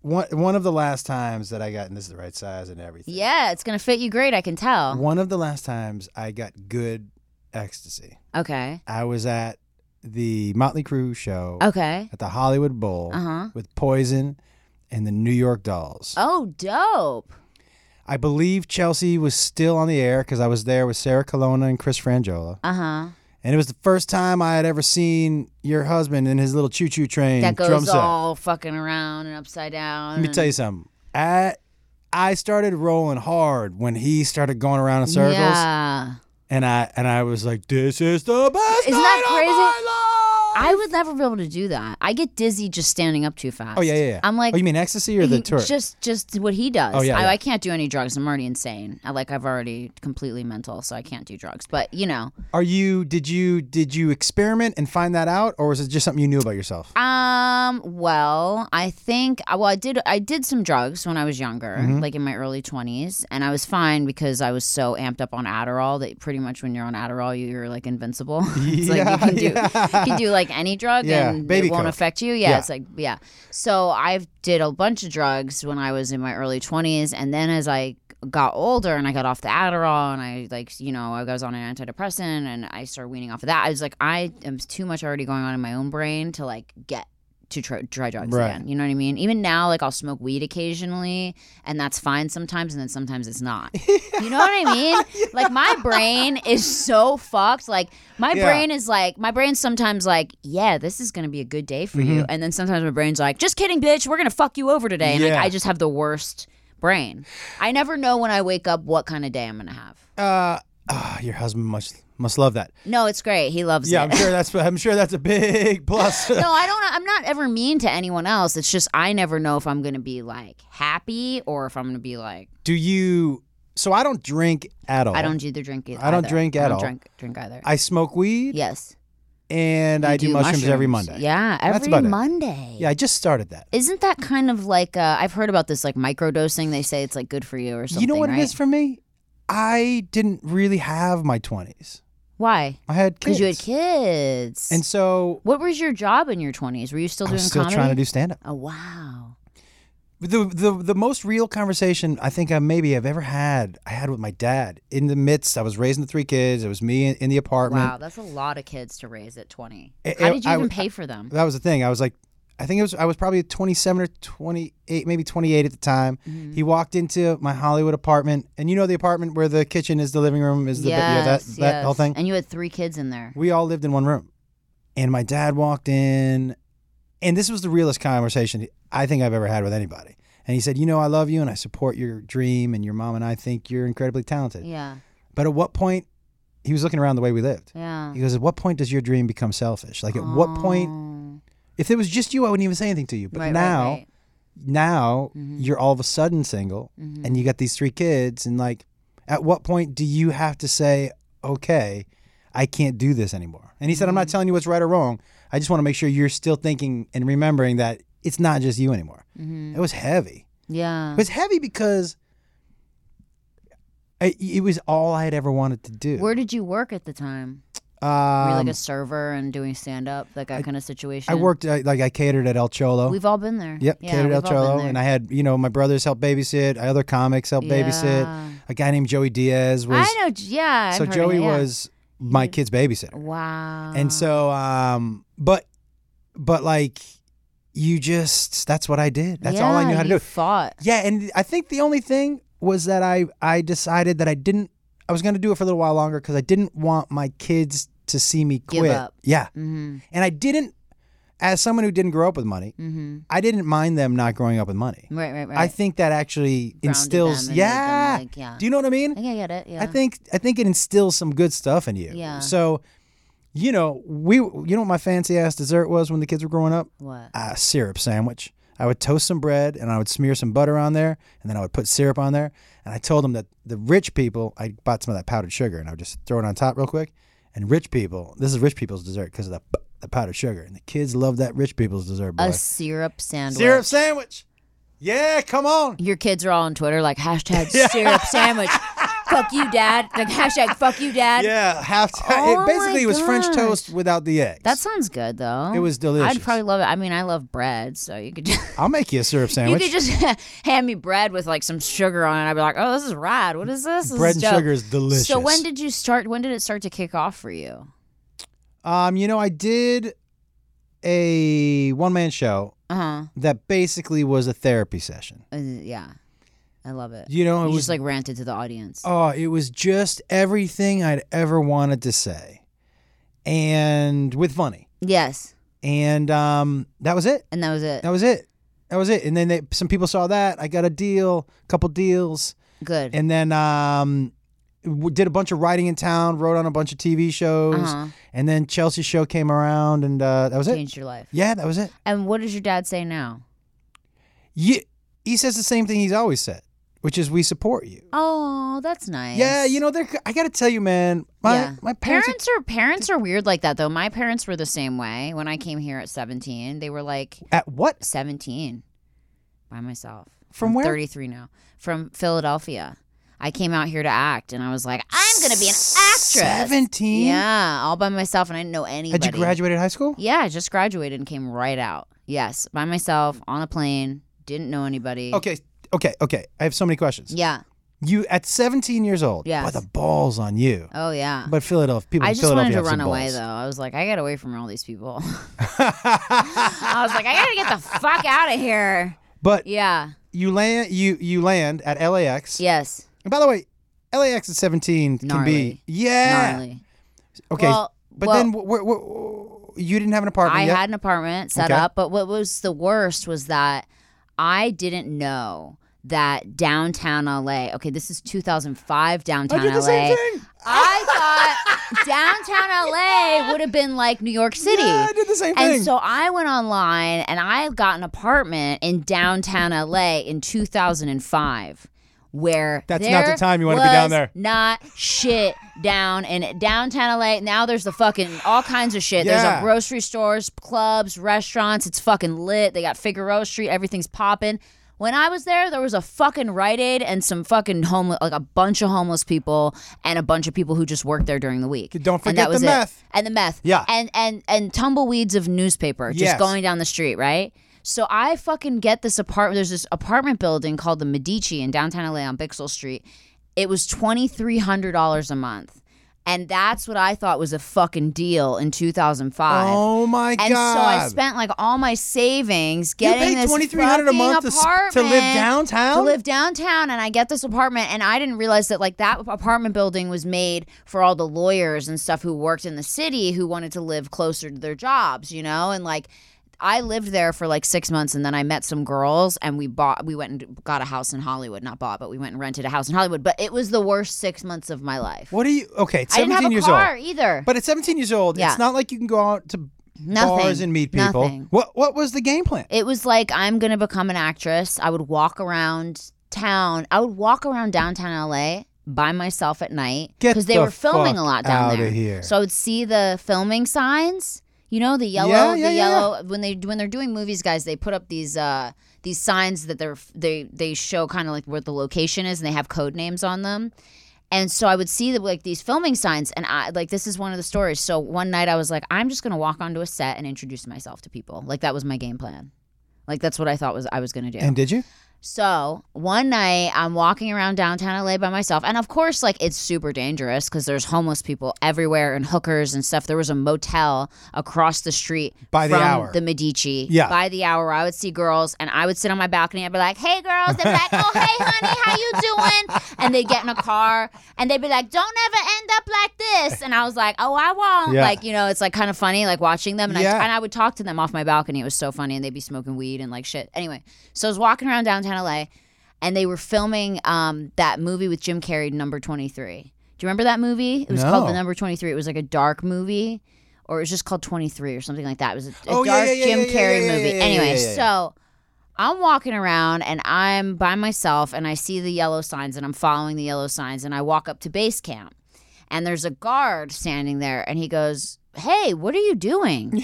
Speaker 3: one one of the last times that I got and this is the right size and everything.
Speaker 2: yeah, it's gonna fit you great. I can tell.
Speaker 3: One of the last times I got good ecstasy.
Speaker 2: Okay.
Speaker 3: I was at the Motley Crue show
Speaker 2: Okay.
Speaker 3: at the Hollywood Bowl
Speaker 2: Uh huh.
Speaker 3: with Poison and the New York Dolls.
Speaker 2: Oh, dope.
Speaker 3: I believe Chelsea was still on the air because I was there with Sarah Colonna and Chris Frangiola.
Speaker 2: Uh huh.
Speaker 3: And it was the first time I had ever seen your husband in his little choo choo train
Speaker 2: That
Speaker 3: drum
Speaker 2: goes
Speaker 3: set.
Speaker 2: all fucking around and upside down.
Speaker 3: Let me
Speaker 2: and-
Speaker 3: tell you something. I, I started rolling hard when he started going around in circles.
Speaker 2: Yeah.
Speaker 3: And I and I was like, This is the best
Speaker 2: Isn't that
Speaker 3: night of
Speaker 2: crazy?
Speaker 3: my life."
Speaker 2: I would never be able to do that. I get dizzy just standing up too fast.
Speaker 3: Oh yeah, yeah, yeah.
Speaker 2: I'm like,
Speaker 3: Oh, you mean ecstasy or the
Speaker 2: he-
Speaker 3: tour?
Speaker 2: Just, just what he does.
Speaker 3: Oh, yeah,
Speaker 2: I,
Speaker 3: yeah.
Speaker 2: I can't do any drugs. I'm already insane. I like, I've already completely mental, so I can't do drugs. But you know,
Speaker 3: Are you did you did you experiment and find that out or was it just something you knew about yourself?
Speaker 2: um, well, I think, uh, well, I did, I did some drugs when I was younger,
Speaker 3: Mm-hmm.
Speaker 2: like in my early 20s, and I was fine because I was so amped up on Adderall that pretty much when you're on Adderall, you're like invincible. it's
Speaker 3: Yeah,
Speaker 2: like you can do,
Speaker 3: yeah.
Speaker 2: you can do like any drug
Speaker 3: Yeah,
Speaker 2: and
Speaker 3: baby
Speaker 2: it won't
Speaker 3: coke.
Speaker 2: affect you. Yeah,
Speaker 3: Yeah.
Speaker 2: it's like yeah. So I did a bunch of drugs when I was in my early twenties, and then as I got older and I got off the Adderall and I like you know I was on an antidepressant and I started weaning off of that. I was like I am too much already going on in my own brain to like get. To try, try drugs
Speaker 3: Right.
Speaker 2: again, you know what I mean. Even now, like I'll smoke weed occasionally, and that's fine sometimes, and then sometimes it's not. You know what I mean? Like my brain is so fucked. Like my
Speaker 3: Yeah.
Speaker 2: brain is like my brain's sometimes like, yeah, this is gonna be a good day for you,
Speaker 3: Mm-hmm.
Speaker 2: and then sometimes my brain's like, just kidding, bitch, we're gonna fuck you over today, and like
Speaker 3: Yeah.
Speaker 2: I just have the worst brain. I never know when I wake up what kind of day I'm gonna have.
Speaker 3: Uh ah, your husband must must love that.
Speaker 2: No, it's great. He loves
Speaker 3: Yeah,
Speaker 2: it.
Speaker 3: I'm sure that's I'm sure that's a big plus.
Speaker 2: no, I don't. I'm not ever mean to anyone else. It's just I never know if I'm gonna be like happy or if I'm gonna be like
Speaker 3: do you so I don't drink at all.
Speaker 2: I don't either drink. Either.
Speaker 3: I don't drink
Speaker 2: I
Speaker 3: at
Speaker 2: don't
Speaker 3: all.
Speaker 2: Drink drink either.
Speaker 3: I smoke weed
Speaker 2: yes.
Speaker 3: and I
Speaker 2: You
Speaker 3: do, mushrooms, every Monday.
Speaker 2: Yeah, every
Speaker 3: That's about it.
Speaker 2: Monday.
Speaker 3: Yeah, I just started that.
Speaker 2: Isn't that kind of like uh, I've heard about this like microdosing? They say it's like good for you or something.
Speaker 3: you know what
Speaker 2: right?
Speaker 3: it is for me? I didn't really have my 20s.
Speaker 2: Why?
Speaker 3: I had kids.
Speaker 2: Because you had kids.
Speaker 3: And so
Speaker 2: what was your job in your twenties? Were you still
Speaker 3: I
Speaker 2: doing
Speaker 3: was still
Speaker 2: comedy?
Speaker 3: trying to do stand up.
Speaker 2: oh wow.
Speaker 3: The, the the most real conversation I think I maybe have ever had I had with my dad in the midst I was raising the three kids it was me in, in the apartment
Speaker 2: Wow, that's a lot of kids to raise at twenty.
Speaker 3: It-
Speaker 2: How
Speaker 3: it-
Speaker 2: did you
Speaker 3: I-
Speaker 2: even pay for them?
Speaker 3: that was the thing I was like I think it was I was probably 27 or 28 maybe 28 at the time
Speaker 2: Mm-hmm.
Speaker 3: he walked into my Hollywood apartment and you know the apartment where the kitchen is the living room is the yeah, that
Speaker 2: yes,
Speaker 3: that
Speaker 2: yes.
Speaker 3: whole thing
Speaker 2: And you had three kids in there.
Speaker 3: we all lived in one room and my dad walked in and this was the realest conversation i think i've ever had with anybody and he said you know i love you and i support your dream and your mom and i think you're incredibly talented
Speaker 2: Yeah,
Speaker 3: but at what point he was looking around the way we lived
Speaker 2: yeah.
Speaker 3: he goes at what point does your dream become selfish like at what point
Speaker 2: Oh.
Speaker 3: if it was just you i wouldn't even say anything to you but
Speaker 2: Right, right,
Speaker 3: now
Speaker 2: right. Mm-hmm.
Speaker 3: now you're all of a sudden single and you
Speaker 2: Mm.
Speaker 3: got these three kids and like at what point do you have to say okay i can't do this anymore and he said i'm
Speaker 2: Mm.
Speaker 3: not telling you what's right or wrong i just want to make sure you're still thinking and remembering that it's not just you anymore it
Speaker 2: Mm.
Speaker 3: was heavy
Speaker 2: Mm-hmm. yeah.
Speaker 3: it was heavy because it, it was all i had ever wanted to do
Speaker 2: Where did you work at the time? Were you
Speaker 3: um,
Speaker 2: like a server and doing stand up, like that kind of situation?
Speaker 3: i worked uh, like i catered at el cholo
Speaker 2: We've all been there.
Speaker 3: Yep,
Speaker 2: yeah,
Speaker 3: catered
Speaker 2: we've
Speaker 3: El
Speaker 2: all been
Speaker 3: Cholo,
Speaker 2: there.
Speaker 3: and I had you know my brothers help babysit, other comics help
Speaker 2: Yeah.
Speaker 3: babysit. A guy named Joey Diaz was
Speaker 2: I know. Yeah. I've
Speaker 3: so
Speaker 2: heard of
Speaker 3: Joey
Speaker 2: it, yeah.
Speaker 3: was my kid's babysitter,
Speaker 2: Wow.
Speaker 3: and so um, but but like you just that's what I did. That's all I
Speaker 2: Yeah,
Speaker 3: knew how to
Speaker 2: you
Speaker 3: do.
Speaker 2: Fought.
Speaker 3: Yeah, and I think the only thing was that I I decided that I didn't I was going to do it for a little while longer because I didn't want my kids to see me
Speaker 2: Give
Speaker 3: quit.
Speaker 2: up.
Speaker 3: Yeah,
Speaker 2: Mm-hmm.
Speaker 3: and I didn't. As someone who didn't grow up with money,
Speaker 2: Mm-hmm.
Speaker 3: I didn't mind them not growing up with money.
Speaker 2: Right. Right. Right.
Speaker 3: I think that actually
Speaker 2: Grounded
Speaker 3: instills.
Speaker 2: them and made them,
Speaker 3: yeah.
Speaker 2: like, yeah.
Speaker 3: Do you know what I mean?
Speaker 2: I think I get it. Yeah.
Speaker 3: I think I think it instills some good stuff in you.
Speaker 2: Yeah.
Speaker 3: So, you know, we you know what my fancy ass dessert was when the kids were growing up?
Speaker 2: What?
Speaker 3: A syrup sandwich. I would toast some bread and I would smear some butter on there, and then I would put syrup on there. And I told them that the rich people, I bought some of that powdered sugar and I would just throw it on top real quick. And rich people, this is rich people's dessert because of the, the powdered sugar, and the kids love that rich people's dessert. Boy.
Speaker 2: A syrup sandwich.
Speaker 3: syrup sandwich. Yeah, come on.
Speaker 2: Your kids are all on Twitter like hashtag syrup sandwich. fuck you, dad. Like hashtag fuck you, dad.
Speaker 3: Yeah, half. T-
Speaker 2: Oh
Speaker 3: it basically
Speaker 2: my
Speaker 3: was French
Speaker 2: gosh.
Speaker 3: toast without the eggs.
Speaker 2: That sounds good though.
Speaker 3: It was delicious.
Speaker 2: I'd probably love it. I mean, I love bread, so you could.
Speaker 3: I'll make you a syrup
Speaker 2: You
Speaker 3: sandwich.
Speaker 2: could just hand me bread with like some sugar on it. I'd be like, "Oh, this is rad. What is this? this
Speaker 3: Bread
Speaker 2: is
Speaker 3: and
Speaker 2: dope."
Speaker 3: sugar is delicious.
Speaker 2: So when did you start? When did it start to kick off for you?
Speaker 3: um, you know, I did a one man show
Speaker 2: Uh-huh.
Speaker 3: that basically was a therapy session.
Speaker 2: Uh Yeah. I love it.
Speaker 3: You know, it
Speaker 2: You
Speaker 3: was
Speaker 2: just like ranted to the audience.
Speaker 3: Oh, it was just everything I'd ever wanted to say, and with funny.
Speaker 2: Yes,
Speaker 3: And um, that was it.
Speaker 2: and that was it.
Speaker 3: That was it. That was it. And then they, some people saw that. I got a deal, a couple deals,
Speaker 2: Good.
Speaker 3: and then um, w- did a bunch of writing in town, wrote on a bunch of TV shows,
Speaker 2: Uh-huh.
Speaker 3: and then Chelsea's show came around, and uh, that was it.
Speaker 2: Changed your life.
Speaker 3: Yeah, that was it.
Speaker 2: And what does your dad say now?
Speaker 3: Yeah, he says the same thing he's always said, which is we support you.
Speaker 2: Oh, that's nice.
Speaker 3: Yeah, you know, they're. I gotta tell you, man, my
Speaker 2: Yeah.
Speaker 3: my parents.
Speaker 2: Parents, are parents are weird like that though. My parents were the same way when I came here at 17. They were like
Speaker 3: at what
Speaker 2: 17 by myself.
Speaker 3: From
Speaker 2: I'm
Speaker 3: where?
Speaker 2: 33 now. From Philadelphia. I came out here to act and I was like, I'm going to be an actress.
Speaker 3: 17?
Speaker 2: Yeah, all by myself and I didn't know anybody.
Speaker 3: E? Had you graduated high school?
Speaker 2: Yeah, I just graduated and came right out. Yes, by myself on a plane, didn't know anybody.
Speaker 3: Okay, okay, okay. I have so many questions.
Speaker 2: Yeah.
Speaker 3: You at 17 years old.
Speaker 2: Yes.
Speaker 3: But the balls on you.
Speaker 2: Oh yeah.
Speaker 3: But Philadelphia people.
Speaker 2: I
Speaker 3: in
Speaker 2: just wanted
Speaker 3: Philadelphia
Speaker 2: to
Speaker 3: have some
Speaker 2: run away
Speaker 3: balls.
Speaker 2: though. I was like, I got away from all these people. I was like, I gotta get the fuck out of here.
Speaker 3: but
Speaker 2: Yeah.
Speaker 3: you land. You you land at LAX.
Speaker 2: Yes.
Speaker 3: And by the way, LAX at 17 can be
Speaker 2: Gnarly.
Speaker 3: yeah.
Speaker 2: Gnarly.
Speaker 3: Eh. Okay.
Speaker 2: Well,
Speaker 3: but
Speaker 2: well,
Speaker 3: then wh- wh- wh- you didn't have an apartment
Speaker 2: I
Speaker 3: yet.
Speaker 2: had an apartment set
Speaker 3: Okay.
Speaker 2: up, but what was the worst was that I didn't know that downtown LA. Okay, this is 2005 downtown
Speaker 3: I did the
Speaker 2: LA.
Speaker 3: same thing.
Speaker 2: Uh, I thought downtown LA would have been like New York City.
Speaker 3: Yeah, I did the same thing.
Speaker 2: And so I went online and I got an apartment in downtown LA in 2005. Where
Speaker 3: That's
Speaker 2: there
Speaker 3: not the time you wanna be down
Speaker 2: was
Speaker 3: there.
Speaker 2: Not shit down in downtown LA. Now there's the fucking all kinds of shit. There's
Speaker 3: Yeah.
Speaker 2: a grocery stores, clubs, restaurants. It's fucking lit. They got Figueroa Street. Everything's popping. When I was there, there was a fucking Rite Aid and some fucking homeless, like a bunch of homeless people and a bunch of people who just worked there during the week.
Speaker 3: Don't
Speaker 2: and that
Speaker 3: forget the
Speaker 2: was it.
Speaker 3: meth.
Speaker 2: And the meth.
Speaker 3: Yeah.
Speaker 2: And and and tumbleweeds of newspaper just
Speaker 3: Yes.
Speaker 2: going down the street, right? So I fucking get this apartment. There's this apartment building called the Medici in downtown LA on Bixel Street. It was twenty three hundred dollars a month, and that's what I thought was a fucking deal in two thousand five.
Speaker 3: oh my god.
Speaker 2: And so I spent like all my savings getting
Speaker 3: paid
Speaker 2: this
Speaker 3: $2,300 a
Speaker 2: fucking
Speaker 3: month to s- to live
Speaker 2: apartment
Speaker 3: downtown?
Speaker 2: To live downtown, and I get this apartment, and I didn't realize that like that apartment building was made for all the lawyers and stuff who worked in the city who wanted to live closer to their jobs, you know, and like. I lived there for like six months, and then I met some girls, and we bought, we went and got a house in Hollywood. Not bought, but we went and rented a house in Hollywood. But it was the worst six months of my life.
Speaker 3: What are you? Okay, at
Speaker 2: I didn't
Speaker 3: 17
Speaker 2: have a
Speaker 3: years
Speaker 2: car
Speaker 3: old.
Speaker 2: either.
Speaker 3: But at 17 years old,
Speaker 2: Yeah.
Speaker 3: it's not like you can go out to
Speaker 2: Nothing.
Speaker 3: bars and meet people.
Speaker 2: Nothing.
Speaker 3: What What was the game plan?
Speaker 2: It was like I'm gonna become an actress. I would walk around town. I would walk around downtown LA by myself at night
Speaker 3: Get
Speaker 2: because they
Speaker 3: the
Speaker 2: were filming
Speaker 3: fuck
Speaker 2: a lot down
Speaker 3: outta
Speaker 2: there.
Speaker 3: here.
Speaker 2: So I would see the filming signs. You know the yellow,
Speaker 3: Yeah,
Speaker 2: the
Speaker 3: yeah, yeah,
Speaker 2: yellow. When they when they're doing movies, guys, they put up these uh these signs that they're they they show kind of like where the location is, and they have code names on them. And so I would see the, like these filming signs, and I like this is one of the stories. So one night I was like, I'm just gonna walk onto a set and introduce myself to people. Like that was my game plan. Like that's what I thought was I was gonna do.
Speaker 3: And did you?
Speaker 2: So one night I'm walking around downtown LA by myself, and of course, like it's super dangerous because there's homeless people everywhere and hookers and stuff. There was a motel across the street
Speaker 3: By the
Speaker 2: from
Speaker 3: hour.
Speaker 2: the Medici.
Speaker 3: Yeah.
Speaker 2: by the hour, I would see girls, and I would sit on my balcony and be like, "Hey, girls," they'd be like, "Oh, hey, honey, how you doing?" And they'd get in a car, and they'd be like, "Don't ever end up like this." And I was like, "Oh, I won't."
Speaker 3: Yeah.
Speaker 2: Like you know, it's like kind of funny, like watching them, and
Speaker 3: Yeah.
Speaker 2: I and I would talk to them off my balcony. It was so funny, and they'd be smoking weed and like shit. Anyway, so I was walking around downtown LA, and they were filming um, that movie with Jim Carrey, Number Twenty Three. Do you remember that movie? It was
Speaker 3: No.
Speaker 2: called The Number Twenty Three. It was like a dark movie, or it was just called Twenty Three or something like that. It was a, a
Speaker 3: Oh, yeah,
Speaker 2: dark
Speaker 3: yeah, yeah,
Speaker 2: Jim
Speaker 3: yeah, yeah,
Speaker 2: Carrey
Speaker 3: yeah, yeah,
Speaker 2: movie.
Speaker 3: yeah, yeah,
Speaker 2: anyway,
Speaker 3: yeah, yeah.
Speaker 2: so I'm walking around and I'm by myself, and I see the yellow signs, and I'm following the yellow signs, and I walk up to base camp, and there's a guard standing there, and he goes. Hey, what are you doing?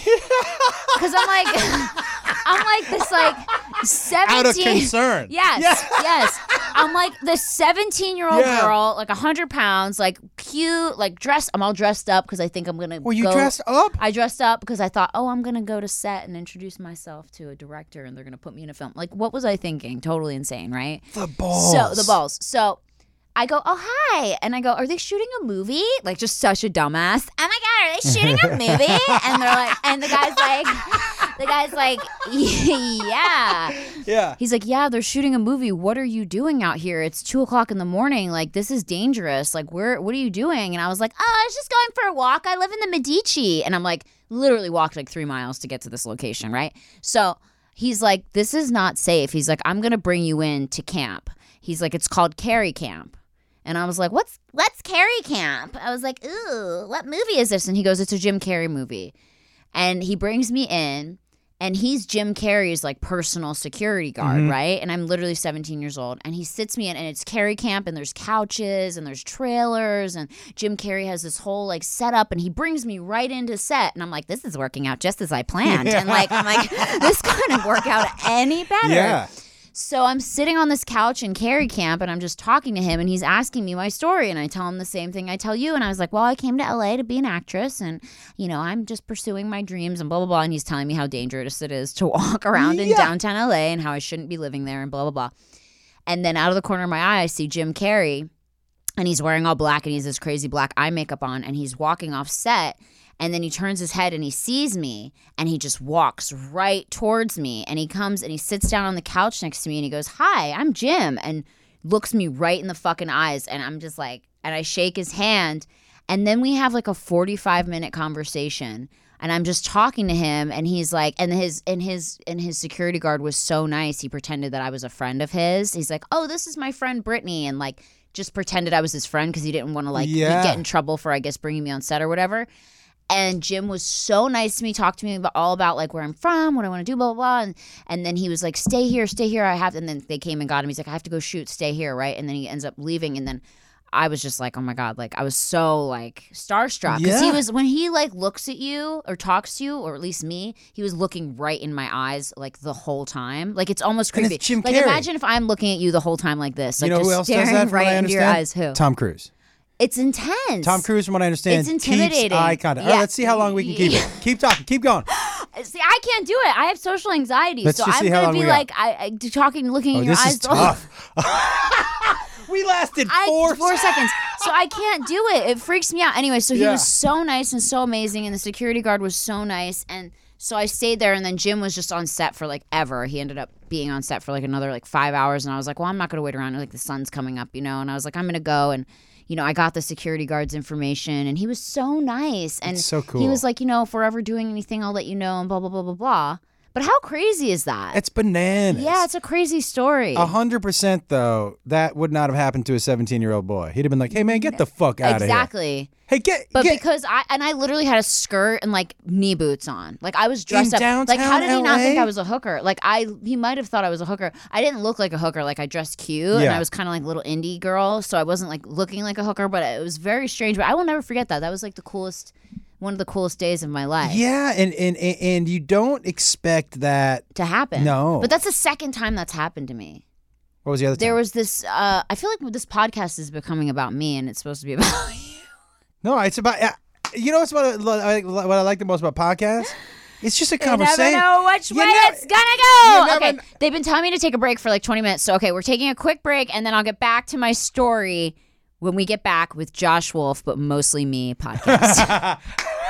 Speaker 2: Because I'm like, I'm like this like seventeen.
Speaker 3: Out of concern.
Speaker 2: Yes, yes. I'm like the 17 year old
Speaker 3: Yeah.
Speaker 2: girl, like 100 pounds, like cute, like dressed. I'm all dressed up because I think I'm gonna.
Speaker 3: Were you
Speaker 2: go-
Speaker 3: dressed up?
Speaker 2: I dressed up because I thought, oh, I'm gonna go to set and introduce myself to a director, and they're gonna put me in a film. Like, what was I thinking? Totally insane, right?
Speaker 3: The balls.
Speaker 2: So the balls. So I go, oh hi, and I go, are they shooting a movie? Like just such a dumbass. Oh my god, are they shooting a movie? and they're like, and the guy's like, The guy's like, yeah.
Speaker 3: Yeah.
Speaker 2: He's like, yeah, they're shooting a movie. What are you doing out here? It's two o'clock in the morning. Like, this is dangerous. Like, where? What are you doing? And I was like, oh, I was just going for a walk. I live in the Medici, and I'm like, literally walked like three miles to get to this location, right? So he's like, this is not safe. He's like, I'm gonna bring you in to camp. He's like, it's called Carry Camp. And I was like, "What's what's Carrie Camp?" I was like, "Ooh, what movie is this?" And he goes, "It's a Jim Carrey movie." And he brings me in, and he's Jim Carrey's like personal security guard, right? And I'm literally 17 years old, and he sits me in, and it's Carrie Camp, and there's couches, and there's trailers, and Jim Carrey has this whole like setup, and he brings me right into set, and I'm like, "This is working out just as I planned," and like I'm like, "This couldn't work out any better."
Speaker 3: Yeah.
Speaker 2: So I'm sitting on this couch in Carrie Camp and I'm just talking to him and he's asking me my story and I tell him the same thing I tell you and I was like, "Well, I came to LA to be an actress and you know, I'm just pursuing my dreams and blah blah blah." And he's telling me how dangerous it is to walk around in
Speaker 3: Yeah.
Speaker 2: downtown LA and how I shouldn't be living there and blah blah blah. And then out of the corner of my eye, I see Jim Carrey and he's wearing all black and he's this crazy black eye makeup on and he's walking off set and then he turns his head and he sees me and he just walks right towards me and he comes and he sits down on the couch next to me and he goes hi i'm jim and looks me right in the fucking eyes and i'm just like and i shake his hand and then we have like a 45 minute conversation and i'm just talking to him and he's like and his and his and his security guard was so nice he pretended that i was a friend of his he's like oh this is my friend brittany and like just pretended i was his friend because he didn't want to like
Speaker 3: Yeah.
Speaker 2: get in trouble for i guess bringing me on set or whatever and Jim was so nice to me, talked to me about all about like where I'm from, what I want to do, blah blah blah. And, and then he was like, "Stay here, stay here." I have, and then they came and got him. He's like, "I have to go shoot, stay here, right?" And then he ends up leaving, and then I was just like, "Oh my god!" Like I was so like starstruck because he
Speaker 3: Yeah.
Speaker 2: was when he like looks at you or talks to you, or at least me, he was looking right in my eyes like the whole time. Like it's almost
Speaker 3: And
Speaker 2: creepy.
Speaker 3: it's Jim
Speaker 2: like
Speaker 3: Carrey.
Speaker 2: imagine if I'm looking at you the whole time like this, like
Speaker 3: you know
Speaker 2: just
Speaker 3: who else
Speaker 2: staring
Speaker 3: does that? From
Speaker 2: right
Speaker 3: what I
Speaker 2: into your
Speaker 3: understand?
Speaker 2: eyes. Who?
Speaker 3: Tom Cruise.
Speaker 2: it's intense.
Speaker 3: Tom Cruise, from what I understand,
Speaker 2: It's
Speaker 3: keeps
Speaker 2: intimidating.
Speaker 3: eye contact. All
Speaker 2: Yeah.
Speaker 3: right, let's see how long we can keep it. Keep talking. Keep going.
Speaker 2: See, I can't do it. I have social anxiety,
Speaker 3: Let's
Speaker 2: so
Speaker 3: just
Speaker 2: I'm
Speaker 3: see how
Speaker 2: gonna
Speaker 3: long
Speaker 2: be
Speaker 3: we got.
Speaker 2: like, I, I talking, looking
Speaker 3: Oh,
Speaker 2: in your
Speaker 3: this
Speaker 2: eyes.
Speaker 3: is
Speaker 2: the whole-
Speaker 3: tough. we lasted
Speaker 2: I,
Speaker 3: four.
Speaker 2: four seconds. So I can't do it. It freaks me out. Anyway, so he
Speaker 3: Yeah.
Speaker 2: was so nice and so amazing, and the security guard was so nice, and so I stayed there, and then Jim was just on set for like ever. He ended up being on set for like another like five hours, and I was like, well, I'm not gonna wait around. Like the sun's coming up, you know, and I was like, I'm gonna go and. You know, I got the security guard's information, and he was so nice. And
Speaker 3: It's so
Speaker 2: he
Speaker 3: cool.
Speaker 2: was like, you know, if we're ever doing anything, I'll let you know, and blah blah blah blah blah. But how crazy is that?
Speaker 3: It's bananas.
Speaker 2: yeah, it's a crazy story.
Speaker 3: A hundred percent though, that would not have happened to a seventeen-year-old boy. He'd have been like, "Hey man, get the fuck out of here."
Speaker 2: exactly.
Speaker 3: Hey, get
Speaker 2: But
Speaker 3: get
Speaker 2: because I and I literally had a skirt and like knee boots on, like I was dressed
Speaker 3: In
Speaker 2: up. Like how
Speaker 3: downtown
Speaker 2: did he not think
Speaker 3: LA?
Speaker 2: I was a hooker? Like I, he might have thought I was a hooker. I didn't look like a hooker. Like I dressed cute and
Speaker 3: Yeah.
Speaker 2: I was kind of like a little indie girl, so I wasn't like looking like a hooker. But it was very strange. But I will never forget that. That was like the coolest, one of the coolest days of my life
Speaker 3: yeah, and and and- and you don't expect that.
Speaker 2: to happen.
Speaker 3: No.
Speaker 2: but that's the second time that's happened to me.
Speaker 3: What was the other?
Speaker 2: There
Speaker 3: time?
Speaker 2: was this. uh I feel like this podcast is becoming about me, and it's supposed to be about you.
Speaker 3: No, it's about. Uh, you know what's what I, what I like the most about podcasts? It's just a
Speaker 2: You
Speaker 3: conversation.
Speaker 2: never know which
Speaker 3: You
Speaker 2: way
Speaker 3: never-
Speaker 2: it's gonna
Speaker 3: you
Speaker 2: go.
Speaker 3: never
Speaker 2: Okay,
Speaker 3: kn-
Speaker 2: they've been telling me to take a break for like 20 minutes. So okay, we're taking a quick break, and then I'll get back to my story when we get back with Josh Wolf, but mostly me podcast.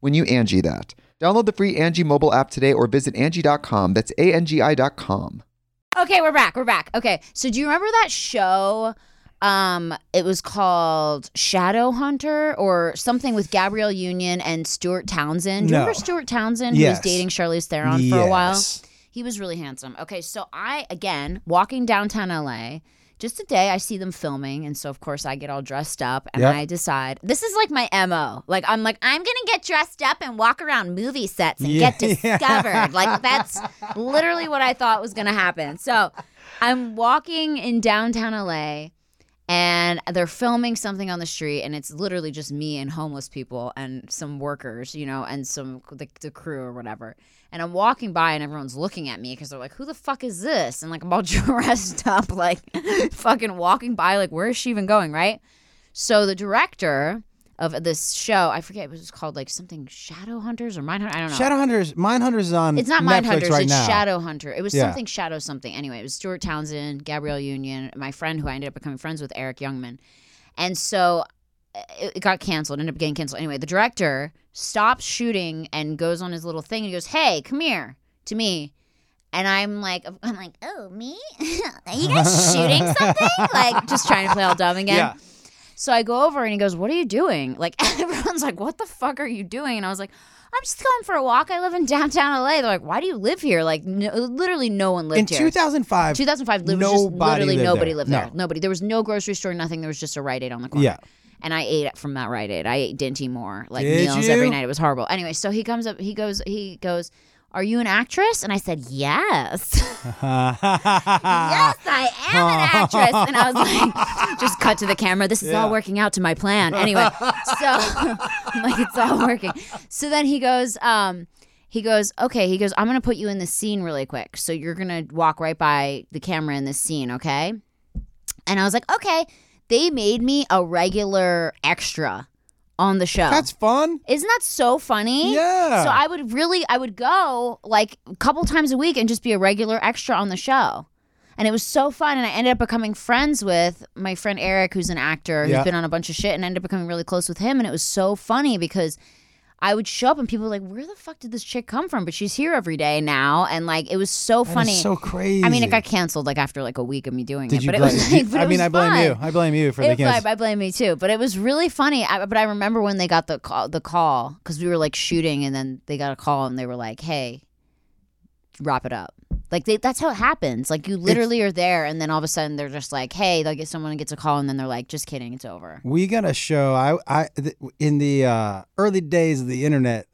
Speaker 1: when you Angie that. Download the free Angie mobile app today or visit Angie.com. That's A-N-G-I dot com.
Speaker 2: Okay, we're back. We're back. Okay. So do you remember that show? Um, it was called Shadow Hunter or something with Gabrielle Union and Stuart Townsend. Do you
Speaker 3: No.
Speaker 2: remember Stuart Townsend
Speaker 3: Yes.
Speaker 2: who was dating Charlize Theron for a while?
Speaker 3: Yes.
Speaker 2: He was really handsome. Okay, so I again walking downtown LA. Just today, I see them filming, and so of course I get all dressed up, and
Speaker 3: Yep.
Speaker 2: I decide this is like my mo. Like I'm like I'm gonna get dressed up and walk around movie sets and
Speaker 3: Yeah.
Speaker 2: get discovered. like that's literally what I thought was gonna happen. So I'm walking in downtown LA, and they're filming something on the street and it's literally just me and homeless people and some workers you know and some the, the crew or whatever and i'm walking by and everyone's looking at me because they're like who the fuck is this and like i'm all dressed up like fucking walking by like where is she even going right so the director of this show i forget it was called like something shadow hunters or mine i don't know
Speaker 3: Shadowhunters, Mindhunters is on
Speaker 2: it's not
Speaker 3: Netflix
Speaker 2: Mindhunters.
Speaker 3: right
Speaker 2: it's
Speaker 3: now.
Speaker 2: Shadow Hunter. It was
Speaker 3: Yeah.
Speaker 2: something Shadow something. Anyway, it was Stuart Townsend, Gabrielle Union, my friend who I ended up becoming friends with, Eric Youngman, and so uh, it, it got canceled. Ended up getting canceled. Anyway, the director stops shooting and goes on his little thing and he goes, "Hey, come here to me." And I'm like, I'm like, oh me? Are you guys shooting something? Like, just trying to play all dumb again.
Speaker 3: Yeah.
Speaker 2: So I go over and he goes, What are you doing? Like, everyone's like, What the fuck are you doing? And I was like, I'm just going for a walk. I live in downtown LA. They're like, Why do you live here? Like, no, literally no one lived
Speaker 3: In
Speaker 2: here.
Speaker 3: 2005,
Speaker 2: 2005, there was just
Speaker 3: nobody
Speaker 2: literally
Speaker 3: lived
Speaker 2: nobody
Speaker 3: there.
Speaker 2: lived
Speaker 3: No.
Speaker 2: there. Nobody. There was no grocery store, nothing. There was just a Rite Aid on the corner.
Speaker 3: Yeah.
Speaker 2: And I ate from that Rite Aid. I ate Dinty Moore, like
Speaker 3: Did
Speaker 2: meals
Speaker 3: you?
Speaker 2: every night. It was horrible. Anyway, so he comes up, he goes, he goes, Are you an actress? And I said, Yes. yes, I am an actress. And I was like, just cut to the camera. This is all working out to my plan. Anyway, so I'm like, it's all working. So then he goes, um, he goes, okay, he goes, I'm going to put you in this scene really quick. So you're going to walk right by the camera in this scene, okay? And I was like, okay. They made me a regular extra on the show.
Speaker 3: That's fun.
Speaker 2: Isn't that so funny?
Speaker 3: Yeah.
Speaker 2: So I would really, I would go like a couple times a week and just be a regular extra on the show. And it was so fun. And I ended up becoming friends with my friend Eric, who's an actor who's
Speaker 3: Yeah.
Speaker 2: been on a bunch of shit, and I ended up becoming really close with him. And it was so funny because I would show up and people were like, where the fuck did this chick come from? But she's here every day now. And like, it was so
Speaker 3: That is
Speaker 2: funny.
Speaker 3: so crazy.
Speaker 2: I mean, it got canceled like after like a week of me doing
Speaker 3: Did
Speaker 2: it,
Speaker 3: you
Speaker 2: but it
Speaker 3: blame-
Speaker 2: was like, but
Speaker 3: I
Speaker 2: it
Speaker 3: mean,
Speaker 2: was
Speaker 3: I blame
Speaker 2: fun.
Speaker 3: you. I blame you for the
Speaker 2: It-
Speaker 3: kids.
Speaker 2: I, I blame me too, but it was really funny. I, but I remember when they got the call, the call because we were like shooting, and then they got a call and they were like, "Hey, wrap it up." Like they, that's how it happens. Like you literally are there, and then all of a sudden they're just like, "Hey," they'll get someone gets a call, and then they're like, "Just kidding, it's over."
Speaker 3: We got a show. I, I th- in the uh, early days of the internet,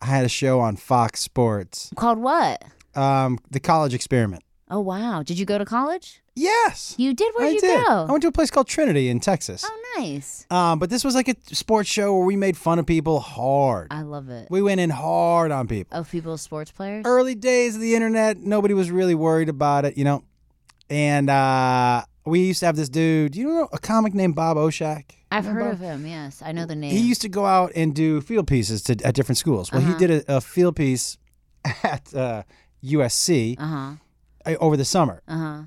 Speaker 3: I had a show on Fox Sports,
Speaker 2: Called what?
Speaker 3: um, the College Experiment.
Speaker 2: Oh wow! Did you go to college?
Speaker 3: Yes,
Speaker 2: You did. Where'd
Speaker 3: I
Speaker 2: you
Speaker 3: did.
Speaker 2: go?
Speaker 3: I went to a place called Trinity in Texas.
Speaker 2: oh, nice.
Speaker 3: Um, but this was like a sports show where we made fun of people hard.
Speaker 2: I love it.
Speaker 3: we went in hard on people.
Speaker 2: Of people, sports players.
Speaker 3: Early days of the internet, nobody was really worried about it, you know. And uh, we used to have this dude. Do you know a comic named Bob Oshak?
Speaker 2: I've heard
Speaker 3: Remember Bob?
Speaker 2: of him. Uh-huh. Yes, I know the name.
Speaker 3: He used to go out and do field pieces to, at different schools. Well, he did a, a field piece at uh, USC
Speaker 2: Uh huh.
Speaker 3: uh, over the summer.
Speaker 2: Uh huh.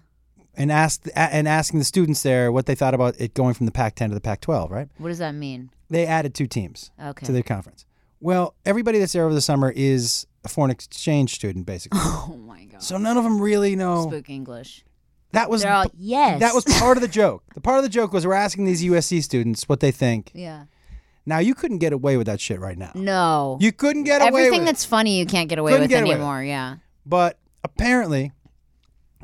Speaker 3: and asked a- and asking the students there what they thought about it going from the Pac-10 to the Pac-12. Right?
Speaker 2: What does that mean?
Speaker 3: They added two teams
Speaker 2: Okay.
Speaker 3: to their conference. Well, everybody that's there over the summer is a foreign exchange student, basically.
Speaker 2: oh my god.
Speaker 3: so none of them really know.
Speaker 2: Spook English.
Speaker 3: Oh. That was
Speaker 2: They're all, yes.
Speaker 3: that was part of the joke. The part of the joke was we're asking these USC students what they think.
Speaker 2: Yeah.
Speaker 3: Now you couldn't get away with that shit right now.
Speaker 2: No.
Speaker 3: You couldn't get away
Speaker 2: Everything
Speaker 3: with it.
Speaker 2: that's funny you can't get away
Speaker 3: Couldn't
Speaker 2: with
Speaker 3: get away with
Speaker 2: anymore. Yeah.
Speaker 3: But apparently,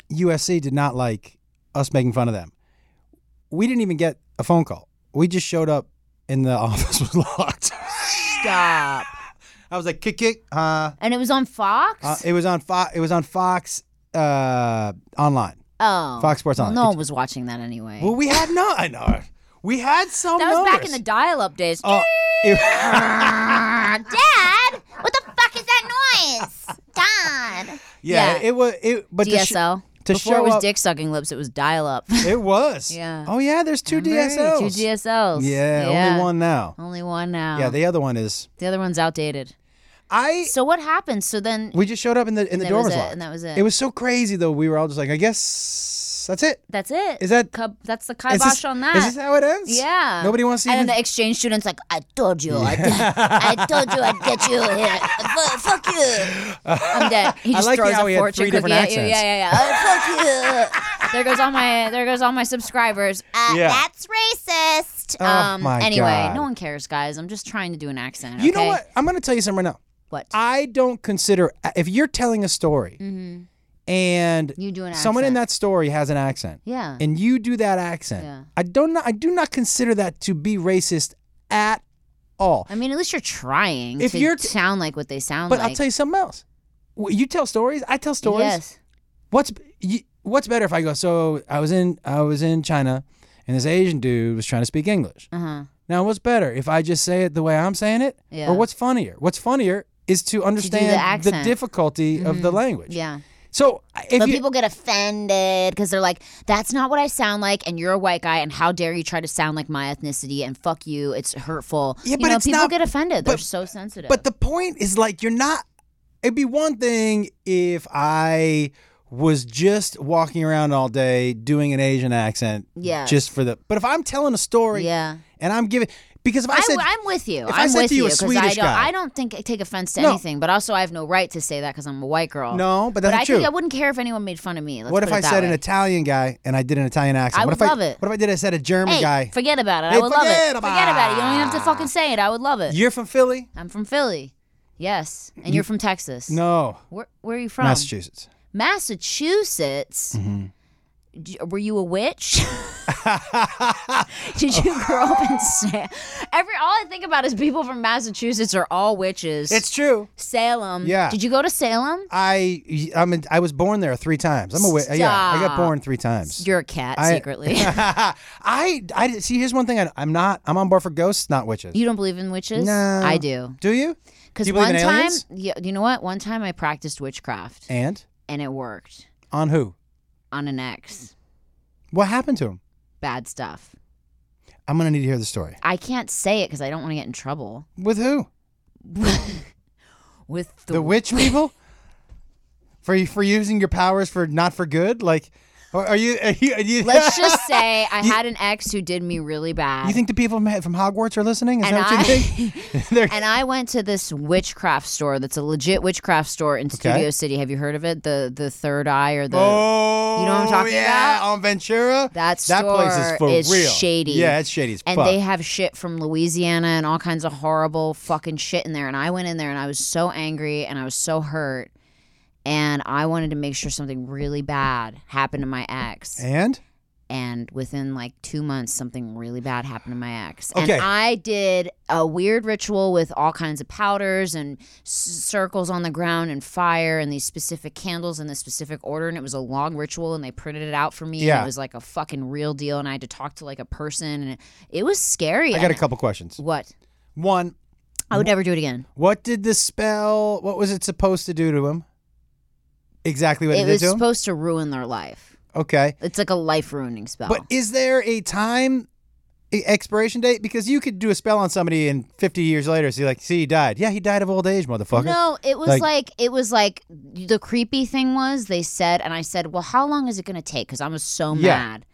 Speaker 3: USC did not like us making fun of them. We didn't even get a phone call. We just showed up and the office was locked.
Speaker 2: Stop.
Speaker 3: I was like, kick, kick. Uh,
Speaker 2: And it was on Fox.
Speaker 3: uh, it was on Fox. It was on Fox uh, online.
Speaker 2: oh,
Speaker 3: Fox Sports
Speaker 2: Well,
Speaker 3: Online.
Speaker 2: no one was watching that anyway.
Speaker 3: Well, we had no. I know. We had some.
Speaker 2: that was back
Speaker 3: numbers.
Speaker 2: in the dial-up days.
Speaker 3: Uh, it-
Speaker 2: Ah, Dad, what the fuck is that noise? Dad.
Speaker 3: yeah,
Speaker 2: Yeah.
Speaker 3: It was. It but to sh-
Speaker 2: DSL.
Speaker 3: to
Speaker 2: Before
Speaker 3: show
Speaker 2: it was
Speaker 3: up-
Speaker 2: dick sucking lips, it was dial up.
Speaker 3: It was.
Speaker 2: Yeah.
Speaker 3: Oh yeah, there's two DSLs.
Speaker 2: Two DSLs.
Speaker 3: Yeah, only one now.
Speaker 2: Only one now.
Speaker 3: Yeah, the other one is
Speaker 2: the other one's outdated.
Speaker 3: I.
Speaker 2: So what happened? So then
Speaker 3: We just showed up in the in the
Speaker 2: that
Speaker 3: door
Speaker 2: was
Speaker 3: was
Speaker 2: it,
Speaker 3: locked.
Speaker 2: and that was it.
Speaker 3: It was so crazy though. We were all just like, I guess that's it.
Speaker 2: that's it.
Speaker 3: Is that-
Speaker 2: Cub- that's the
Speaker 3: Is
Speaker 2: kibosh
Speaker 3: this-
Speaker 2: on that?
Speaker 3: Is this how it ends?
Speaker 2: yeah.
Speaker 3: Nobody wants to
Speaker 2: And
Speaker 3: even.
Speaker 2: then the exchange student's like, I told you, I, I told you, I'd get you here. Fu- fuck you. I'm dead. He
Speaker 3: I
Speaker 2: just
Speaker 3: like
Speaker 2: throws
Speaker 3: how he
Speaker 2: a
Speaker 3: had
Speaker 2: fortune
Speaker 3: three
Speaker 2: cookie
Speaker 3: different
Speaker 2: at you. Yeah,
Speaker 3: accents.
Speaker 2: yeah, yeah. Uh, fuck you. There goes all my there goes all my subscribers. Uh,
Speaker 3: Yeah.
Speaker 2: That's racist.
Speaker 3: Oh,
Speaker 2: um.
Speaker 3: my
Speaker 2: anyway,
Speaker 3: God.
Speaker 2: no one cares, guys. I'm just trying to do an accent.
Speaker 3: you
Speaker 2: okay?
Speaker 3: know what? I'm gonna tell you something right now.
Speaker 2: What?
Speaker 3: I don't consider if you're telling a story
Speaker 2: Mm-hmm.
Speaker 3: and
Speaker 2: You do an
Speaker 3: someone in
Speaker 2: accent.
Speaker 3: that story has an accent
Speaker 2: Yeah.
Speaker 3: and you do that accent.
Speaker 2: Yeah.
Speaker 3: I don't. I do not consider that to be racist at all.
Speaker 2: I mean, at least you're trying
Speaker 3: If
Speaker 2: to
Speaker 3: you're t-
Speaker 2: sound like what they sound
Speaker 3: But
Speaker 2: like.
Speaker 3: I'll tell you something else. W- You tell stories. I tell stories.
Speaker 2: Yes.
Speaker 3: What's you, what's better if I go? So I was in I was in China, and this Asian dude was trying to speak English.
Speaker 2: Uh huh.
Speaker 3: Now, what's better if I just say it the way I'm saying it,
Speaker 2: Yeah.
Speaker 3: or what's funnier? What's funnier is to understand
Speaker 2: accent. Mm-hmm.
Speaker 3: difficulty of the language.
Speaker 2: Yeah.
Speaker 3: So I- if
Speaker 2: but
Speaker 3: you,
Speaker 2: people get offended because they're like, "That's not what I sound like," and you're a white guy, and how dare you try to sound like my ethnicity? And fuck you, it's hurtful.
Speaker 3: Yeah,
Speaker 2: you
Speaker 3: but
Speaker 2: know,
Speaker 3: it's
Speaker 2: people
Speaker 3: not-
Speaker 2: get offended. They're
Speaker 3: but-
Speaker 2: so sensitive.
Speaker 3: but the point is like you're not. It'd be one thing if I was just walking around all day doing an Asian accent,
Speaker 2: Yes.
Speaker 3: just for the. But if I'm telling a story,
Speaker 2: yeah,
Speaker 3: and I'm giving because if I,
Speaker 2: I
Speaker 3: said
Speaker 2: am with you.
Speaker 3: if I
Speaker 2: I'm
Speaker 3: said
Speaker 2: with
Speaker 3: to you a
Speaker 2: 'cause I
Speaker 3: Swedish
Speaker 2: don't,
Speaker 3: guy-
Speaker 2: I don't think I take offense to
Speaker 3: No.
Speaker 2: anything, but also I have no right to say that because I'm a white girl.
Speaker 3: no, but that's
Speaker 2: but I
Speaker 3: not true.
Speaker 2: think I wouldn't care if anyone made fun of me. Let's
Speaker 3: what
Speaker 2: put
Speaker 3: if
Speaker 2: it
Speaker 3: I
Speaker 2: that
Speaker 3: said
Speaker 2: way.
Speaker 3: an Italian guy and I did an Italian accent?
Speaker 2: I
Speaker 3: what
Speaker 2: would
Speaker 3: if
Speaker 2: love
Speaker 3: I,
Speaker 2: it.
Speaker 3: What if I did I said a German
Speaker 2: Hey,
Speaker 3: guy?
Speaker 2: forget about it.
Speaker 3: Hey,
Speaker 2: I would love it.
Speaker 3: forget
Speaker 2: Forget
Speaker 3: about
Speaker 2: about it. You
Speaker 3: it.
Speaker 2: don't even have to fucking say it. I would love it.
Speaker 3: You're from Philly?
Speaker 2: I'm from Philly. Yes, and you're from Texas.
Speaker 3: No,
Speaker 2: Where, where are you from?
Speaker 3: Massachusetts.
Speaker 2: Massachusetts.
Speaker 3: Mm-hmm.
Speaker 2: D- Were you a witch? Did you grow up in Salem? Every all I think about is people from Massachusetts are all witches.
Speaker 3: It's true.
Speaker 2: Salem.
Speaker 3: Yeah.
Speaker 2: Did you go to Salem?
Speaker 3: I I'm in, I was born there three times. I'm a wi- yeah. I got
Speaker 2: Stop.
Speaker 3: born three times.
Speaker 2: You're a cat
Speaker 3: I-
Speaker 2: secretly.
Speaker 3: I I see. Here's one thing. I, I'm not. I'm on board for ghosts, not witches.
Speaker 2: you don't believe in witches?
Speaker 3: No.
Speaker 2: I do.
Speaker 3: do you?
Speaker 2: Because
Speaker 3: Do you believe
Speaker 2: one
Speaker 3: in
Speaker 2: time,
Speaker 3: aliens?
Speaker 2: yeah, you know what? One time I practiced witchcraft
Speaker 3: And
Speaker 2: and it worked
Speaker 3: on who?
Speaker 2: on an ex.
Speaker 3: What happened to him?
Speaker 2: Bad stuff.
Speaker 3: I'm gonna need to hear the story.
Speaker 2: I can't say it because I don't want to get in trouble
Speaker 3: With who?
Speaker 2: with
Speaker 3: The, witch people. for for using your powers for not for good. Like, or are you? Are you, are you
Speaker 2: Let's just say I
Speaker 3: You-
Speaker 2: had an ex who did me really bad.
Speaker 3: You think the people from from Hogwarts are listening? Is
Speaker 2: And
Speaker 3: that what you
Speaker 2: I-
Speaker 3: think? They're-
Speaker 2: and I went to this witchcraft store that's a legit witchcraft store in Studio City. Have you heard of it? The the Third Eye or the
Speaker 3: oh,
Speaker 2: You know what I'm talking
Speaker 3: yeah,
Speaker 2: about?
Speaker 3: on Ventura.
Speaker 2: that
Speaker 3: that
Speaker 2: store
Speaker 3: place is for
Speaker 2: is
Speaker 3: real.
Speaker 2: shady.
Speaker 3: Yeah, it's shady as
Speaker 2: and
Speaker 3: fuck.
Speaker 2: they have shit from Louisiana and all kinds of horrible fucking shit in there. And I went in there and I was so angry and I was so hurt. And I wanted to make sure something really bad happened to my ex.
Speaker 3: and
Speaker 2: and within like two months something really bad happened to my ex
Speaker 3: Okay.
Speaker 2: and i did a weird ritual with all kinds of powders and s- circles on the ground and fire and these specific candles in this specific order and it was a long ritual and they printed it out for me and
Speaker 3: Yeah.
Speaker 2: it was like a fucking real deal and i had to talk to like a person and it, it was scary
Speaker 3: I got a couple questions.
Speaker 2: what
Speaker 3: One,
Speaker 2: i would never do it again
Speaker 3: what did the spell? What was it supposed to do to him? Exactly what it,
Speaker 2: it
Speaker 3: did
Speaker 2: was
Speaker 3: to him.
Speaker 2: supposed to ruin their life
Speaker 3: okay,
Speaker 2: it's like a life ruining spell
Speaker 3: but is there a time e- expiration date? Because you could do a spell on somebody and 50 years later, see, like, see, he died. Yeah, he died of old age, motherfucker.
Speaker 2: No, it was like,
Speaker 3: Like-
Speaker 2: it was like the creepy thing was they said, and I said, "Well, how long is it going to take?" Because I was so
Speaker 3: Yeah.
Speaker 2: mad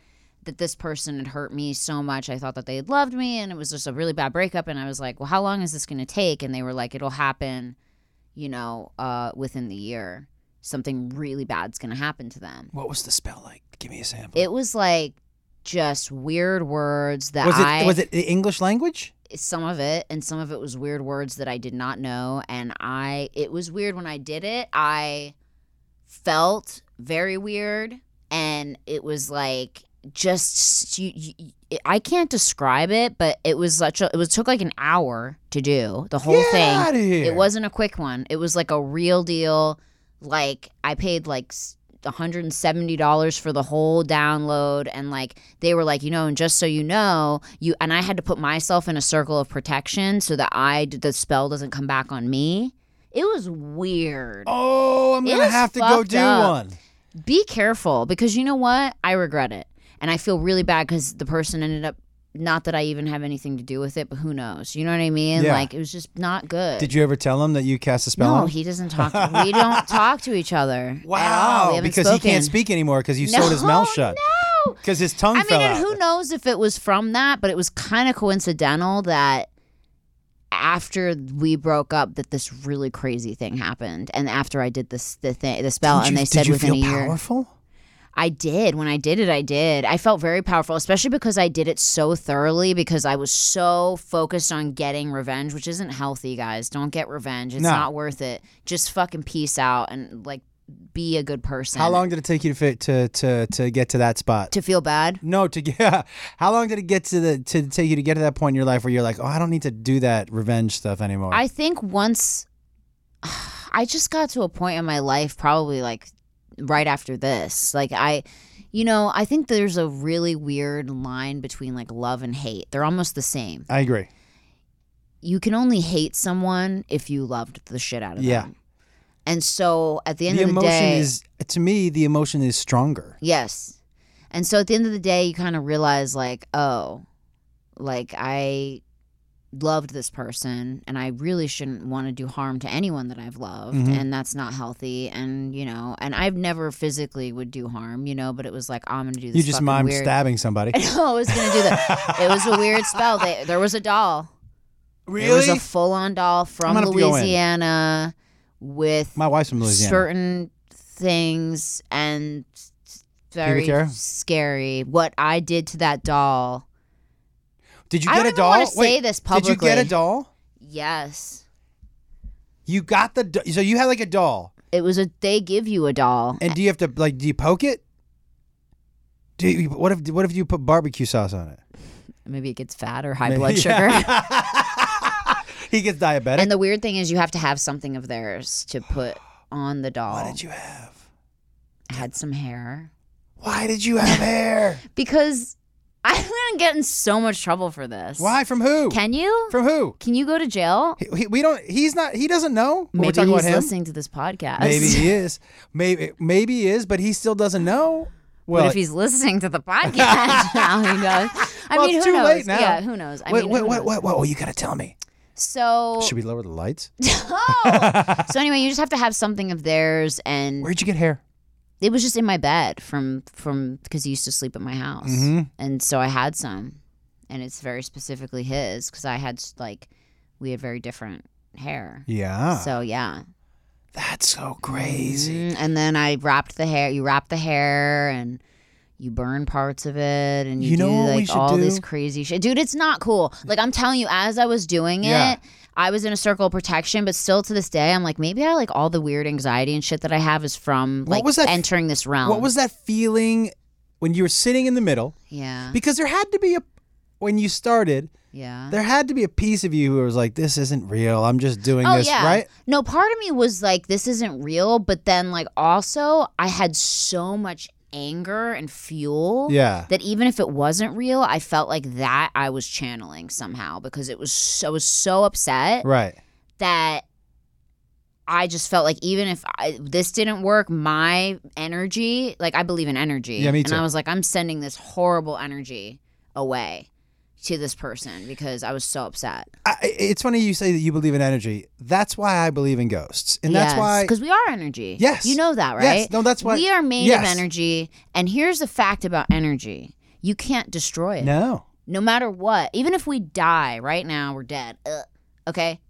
Speaker 2: that this person had hurt me so much. I thought that they had loved me, and it was just a really bad breakup. And I was like, "Well, how long is this going to take?" And they were like, "It'll happen, you know, uh, within the year. Something really bad's going to happen to them."
Speaker 3: What was the spell like? Give me a sample.
Speaker 2: It was like just weird words that
Speaker 3: was it
Speaker 2: I
Speaker 3: was it the English language?
Speaker 2: some of it and some of it was weird words that I did not know and I it was weird when I did it. I felt very weird and it was like just you, you, I can't describe it, but it was such a it was took like an hour to do the whole
Speaker 3: Get
Speaker 2: thing.
Speaker 3: outta here.
Speaker 2: It wasn't a quick one. It was like a real deal. Like I paid like s- $170 for the whole download and like they were like, you know, and just so you know, you and I had to put myself in a circle of protection so that I the spell doesn't come back on me. It was weird.
Speaker 3: Oh, I'm
Speaker 2: It
Speaker 3: gonna
Speaker 2: was
Speaker 3: have to go
Speaker 2: fucked
Speaker 3: do
Speaker 2: up.
Speaker 3: one.
Speaker 2: Be careful because you know what? I regret it. And I feel really bad because the person ended up, not that I even have anything to do with it, but who knows? You know what I mean?
Speaker 3: Yeah.
Speaker 2: Like, it was just not good.
Speaker 3: Did you ever tell him that you cast a spell?
Speaker 2: No,
Speaker 3: on him?
Speaker 2: he doesn't talk. we don't talk to each other. at all. We
Speaker 3: Wow,
Speaker 2: haven't
Speaker 3: because he
Speaker 2: spoken.
Speaker 3: can't speak anymore because you sewed his mouth shut.
Speaker 2: No.
Speaker 3: Because his tongue
Speaker 2: I
Speaker 3: fell
Speaker 2: mean, and
Speaker 3: out.
Speaker 2: who knows if it was from that, but it was kind of coincidental that after we broke up that this really crazy thing happened and after I did this the thing the spell
Speaker 3: Didn't
Speaker 2: and
Speaker 3: you-
Speaker 2: they said
Speaker 3: did you
Speaker 2: within
Speaker 3: feel
Speaker 2: a year
Speaker 3: powerful?
Speaker 2: I did. When I did it, I did. I felt very powerful, especially because I did it so thoroughly because I was so focused on getting revenge, which isn't healthy, guys. Don't get revenge. It's
Speaker 3: No.
Speaker 2: not worth it. Just fucking peace out and like be a good person.
Speaker 3: How long did it take you to fit, to to to get to that spot?
Speaker 2: to feel bad?
Speaker 3: no, to get. how long did it get to the to take you to get to that point in your life where you're like, oh, I don't need to do that revenge stuff anymore?
Speaker 2: I think once I just got to a point in my life, probably like right after this. Like, I, you know, I think there's a really weird line between like love and hate. They're almost the same.
Speaker 3: I agree.
Speaker 2: You can only hate someone if you loved the shit out of
Speaker 3: Yeah.
Speaker 2: them. And so at the end
Speaker 3: The
Speaker 2: of the
Speaker 3: emotion
Speaker 2: day,
Speaker 3: is to me the emotion is stronger.
Speaker 2: Yes. And so at the end of the day, you kind of realize, like, oh, like I loved this person and I really shouldn't want to do harm to anyone that I've loved.
Speaker 3: Mhm.
Speaker 2: And that's not healthy. And, you know, and I've never physically would do harm, you know, but it was like, "Oh, I'm going to do this.
Speaker 3: You just
Speaker 2: fucking
Speaker 3: mimed
Speaker 2: weird.
Speaker 3: stabbing somebody.
Speaker 2: No, I was going to do that. it was a weird spell. They, there was a doll. There was a full on doll from
Speaker 3: gonna have to go in.
Speaker 2: Louisiana with
Speaker 3: My wife's from Louisiana.
Speaker 2: certain things and
Speaker 3: Pubic
Speaker 2: very
Speaker 3: hair?
Speaker 2: scary. What I did to that doll.
Speaker 3: Did you
Speaker 2: I
Speaker 3: get
Speaker 2: don't
Speaker 3: a
Speaker 2: even
Speaker 3: doll?
Speaker 2: wanna say this
Speaker 3: Did you get
Speaker 2: publicly.
Speaker 3: a doll?
Speaker 2: Yes.
Speaker 3: You got the do- so you had like a doll,
Speaker 2: It was a they give you a doll.
Speaker 3: and do you have to like do you poke it? Do you, what if what if you put barbecue sauce on it?
Speaker 2: Maybe it gets fat or high
Speaker 3: Maybe-
Speaker 2: blood sugar.
Speaker 3: Yeah. he gets diabetic.
Speaker 2: And the weird thing is you have to have something of theirs to put on the doll.
Speaker 3: Why did you have?
Speaker 2: I had some hair.
Speaker 3: Why did you have hair?
Speaker 2: Because I'm gonna get in so much trouble for this.
Speaker 3: Why from who?
Speaker 2: Can you?
Speaker 3: from who?
Speaker 2: Can you go to jail?
Speaker 3: He, he- we don't. He's not. He doesn't know. when we're
Speaker 2: Maybe
Speaker 3: talking
Speaker 2: he's
Speaker 3: about him.
Speaker 2: listening to this podcast.
Speaker 3: Maybe he is. Maybe maybe he is, but he still doesn't know.
Speaker 2: but if he's listening to the podcast now, he knows. I
Speaker 3: well,
Speaker 2: mean,
Speaker 3: it's
Speaker 2: who
Speaker 3: too
Speaker 2: knows?
Speaker 3: late now.
Speaker 2: Yeah, who knows? I
Speaker 3: wait,
Speaker 2: mean,
Speaker 3: wait,
Speaker 2: who
Speaker 3: wait,
Speaker 2: knows?
Speaker 3: wait, wait, Oh, you gotta tell me.
Speaker 2: So,
Speaker 3: Should we lower the lights?
Speaker 2: Oh. so anyway, you just have to have something of theirs, and
Speaker 3: Where'd you get hair?
Speaker 2: it was just in my bed from from because he used to sleep at my house,
Speaker 3: Mm-hmm.
Speaker 2: and so I had some, and it's very specifically his because I had like we had very different hair.
Speaker 3: Yeah.
Speaker 2: So yeah,
Speaker 3: That's so crazy.
Speaker 2: Mm, and then I wrapped the hair. You wrap the hair and you burn parts of it, and you,
Speaker 3: You know
Speaker 2: do
Speaker 3: what we
Speaker 2: like
Speaker 3: should
Speaker 2: all this
Speaker 3: do?
Speaker 2: crazy shit, dude. It's not cool. Like I'm telling you, as I was doing
Speaker 3: Yeah.
Speaker 2: it, I was in a circle of protection, but still to this day, I'm like, maybe I like all the weird anxiety and shit that I have is from
Speaker 3: What
Speaker 2: like
Speaker 3: was that f-
Speaker 2: entering this realm.
Speaker 3: What was that feeling when you were sitting in the middle?
Speaker 2: Yeah,
Speaker 3: Because there had to be a when you started,
Speaker 2: yeah.
Speaker 3: there had to be a piece of you who was like, "This isn't real. I'm just doing this." Right?
Speaker 2: Oh, No, part of me was like, this isn't real, but then like also I had so much anger and fuel.
Speaker 3: Yeah.
Speaker 2: That even if it wasn't real, I felt like that I was channeling somehow because it was so, I was so upset
Speaker 3: Right.
Speaker 2: that I just felt like even if I, this didn't work, my energy, like I believe in energy.
Speaker 3: Yeah, me
Speaker 2: And
Speaker 3: too.
Speaker 2: I was like, I'm sending this horrible energy away to this person because I was so upset.
Speaker 3: I, it's funny you say that you believe in energy. That's why I believe in ghosts, and that's why
Speaker 2: because we are energy.
Speaker 3: Yes.
Speaker 2: you know that,
Speaker 3: Yes.
Speaker 2: right?
Speaker 3: No, that's why-
Speaker 2: we are made
Speaker 3: Yes.
Speaker 2: of energy. And here's the fact about energy: you can't destroy it.
Speaker 3: no,
Speaker 2: no matter what, even if we die right now, we're dead. Ugh. Okay,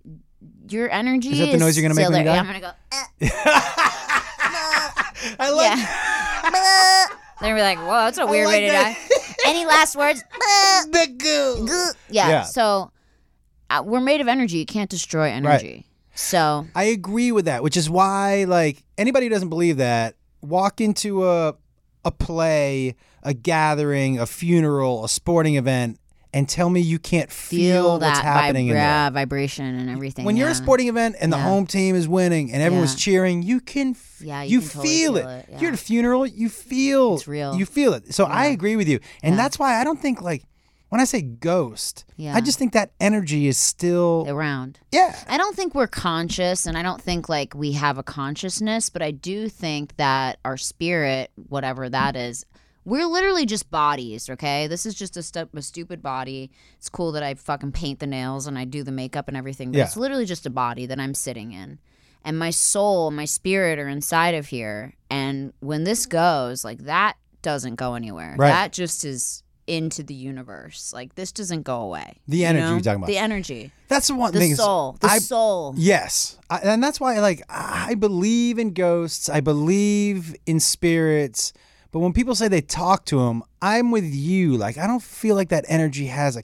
Speaker 2: your energy
Speaker 3: Is that the noise you're gonna make
Speaker 2: still
Speaker 3: when you
Speaker 2: there.
Speaker 3: die?
Speaker 2: Yeah, I'm gonna go. uh, "Ugh."
Speaker 3: I like
Speaker 2: yeah. They're gonna be like, "Whoa, that's a weird way to
Speaker 3: that.
Speaker 2: die." Any last words? Ugh.
Speaker 3: the goo.
Speaker 2: Ugh. yeah.
Speaker 3: Yeah.
Speaker 2: So uh, we're made of energy. You can't destroy energy. So
Speaker 3: I agree with that, which is why like anybody who doesn't believe that walk into a a play, a gathering, a funeral, a sporting event, and tell me you can't feel,
Speaker 2: feel
Speaker 3: what's
Speaker 2: that
Speaker 3: happening in there.
Speaker 2: vibra- vibration and everything. uh,
Speaker 3: When you're
Speaker 2: yeah.
Speaker 3: at a sporting event and the
Speaker 2: Yeah.
Speaker 3: home team is winning and everyone's
Speaker 2: Yeah.
Speaker 3: cheering, you can f-
Speaker 2: Yeah,
Speaker 3: you,
Speaker 2: you can totally
Speaker 3: feel,
Speaker 2: feel
Speaker 3: it.
Speaker 2: it,
Speaker 3: You're
Speaker 2: yeah.
Speaker 3: at a funeral, you feel
Speaker 2: It's real.
Speaker 3: You feel it. So I
Speaker 2: Yeah.
Speaker 3: agree with you, and
Speaker 2: Yeah.
Speaker 3: that's why I don't think like when I say ghost,
Speaker 2: Yeah.
Speaker 3: I just think that energy is still
Speaker 2: around.
Speaker 3: yeah.
Speaker 2: I don't think we're conscious, and I don't think like we have a consciousness, but I do think that our spirit, whatever that is, we're literally just bodies, okay? This is just a, stu- a stupid body. It's cool that I fucking paint the nails and I do the makeup and everything, but
Speaker 3: Yeah.
Speaker 2: it's literally just a body that I'm sitting in. And my soul, my spirit are inside of here. And when this goes, like that doesn't go anywhere.
Speaker 3: Right.
Speaker 2: That just is into the universe. Like this doesn't go away.
Speaker 3: The
Speaker 2: you
Speaker 3: energy
Speaker 2: know?
Speaker 3: you're talking about.
Speaker 2: The energy
Speaker 3: That's the one
Speaker 2: the
Speaker 3: thing. is-
Speaker 2: soul the
Speaker 3: I-
Speaker 2: soul
Speaker 3: Yes, I, and that's why like I believe in ghosts. I believe in spirits. But when people say they talk to them, I'm with you. Like I don't feel like that energy has a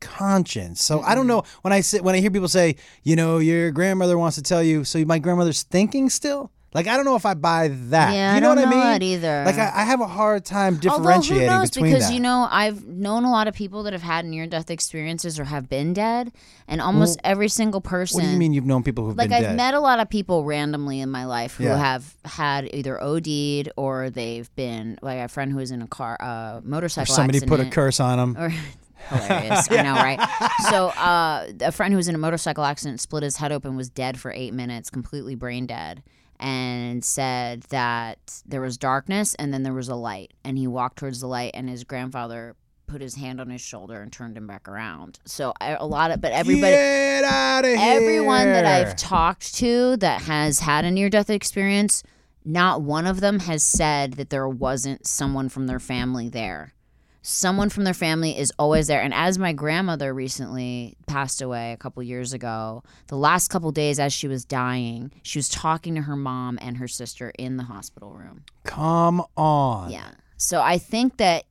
Speaker 3: conscience. So I don't know when I sit when I hear people say, you know, your grandmother wants to tell you, so my grandmother's thinking still. Like I don't know if I buy that.
Speaker 2: Yeah,
Speaker 3: you
Speaker 2: I
Speaker 3: know
Speaker 2: don't
Speaker 3: what
Speaker 2: know
Speaker 3: I mean?
Speaker 2: it either.
Speaker 3: Like I, I have a hard time differentiating
Speaker 2: Although who knows?
Speaker 3: between
Speaker 2: Because
Speaker 3: that.
Speaker 2: you know, I've known a lot of people that have had near-death experiences or have been dead, and almost every single person.
Speaker 3: what do you mean you've known people who've
Speaker 2: Like
Speaker 3: been
Speaker 2: I've
Speaker 3: dead?
Speaker 2: met a lot of people randomly in my life who
Speaker 3: Yeah.
Speaker 2: have had either OD'd or they've been like a friend who was in a car, uh,
Speaker 3: or
Speaker 2: motorcycle.
Speaker 3: somebody put a
Speaker 2: accident.
Speaker 3: curse on them.
Speaker 2: or hilarious. I know, right? So uh, a friend who was in a motorcycle accident split his head open, was dead for eight minutes, completely brain dead, and said that there was darkness and then there was a light, and he walked towards the light, and his grandfather put his hand on his shoulder and turned him back around. So I- a lot of, but everybody.
Speaker 3: Get out of here.
Speaker 2: Everyone that I've talked to that has had a near death experience, not one of them has said that there wasn't someone from their family there. Someone from their family is always there. And as my grandmother recently passed away a couple years ago, the last couple days as she was dying, she was talking to her mom and her sister in the hospital room.
Speaker 3: Come on.
Speaker 2: Yeah. So I think that,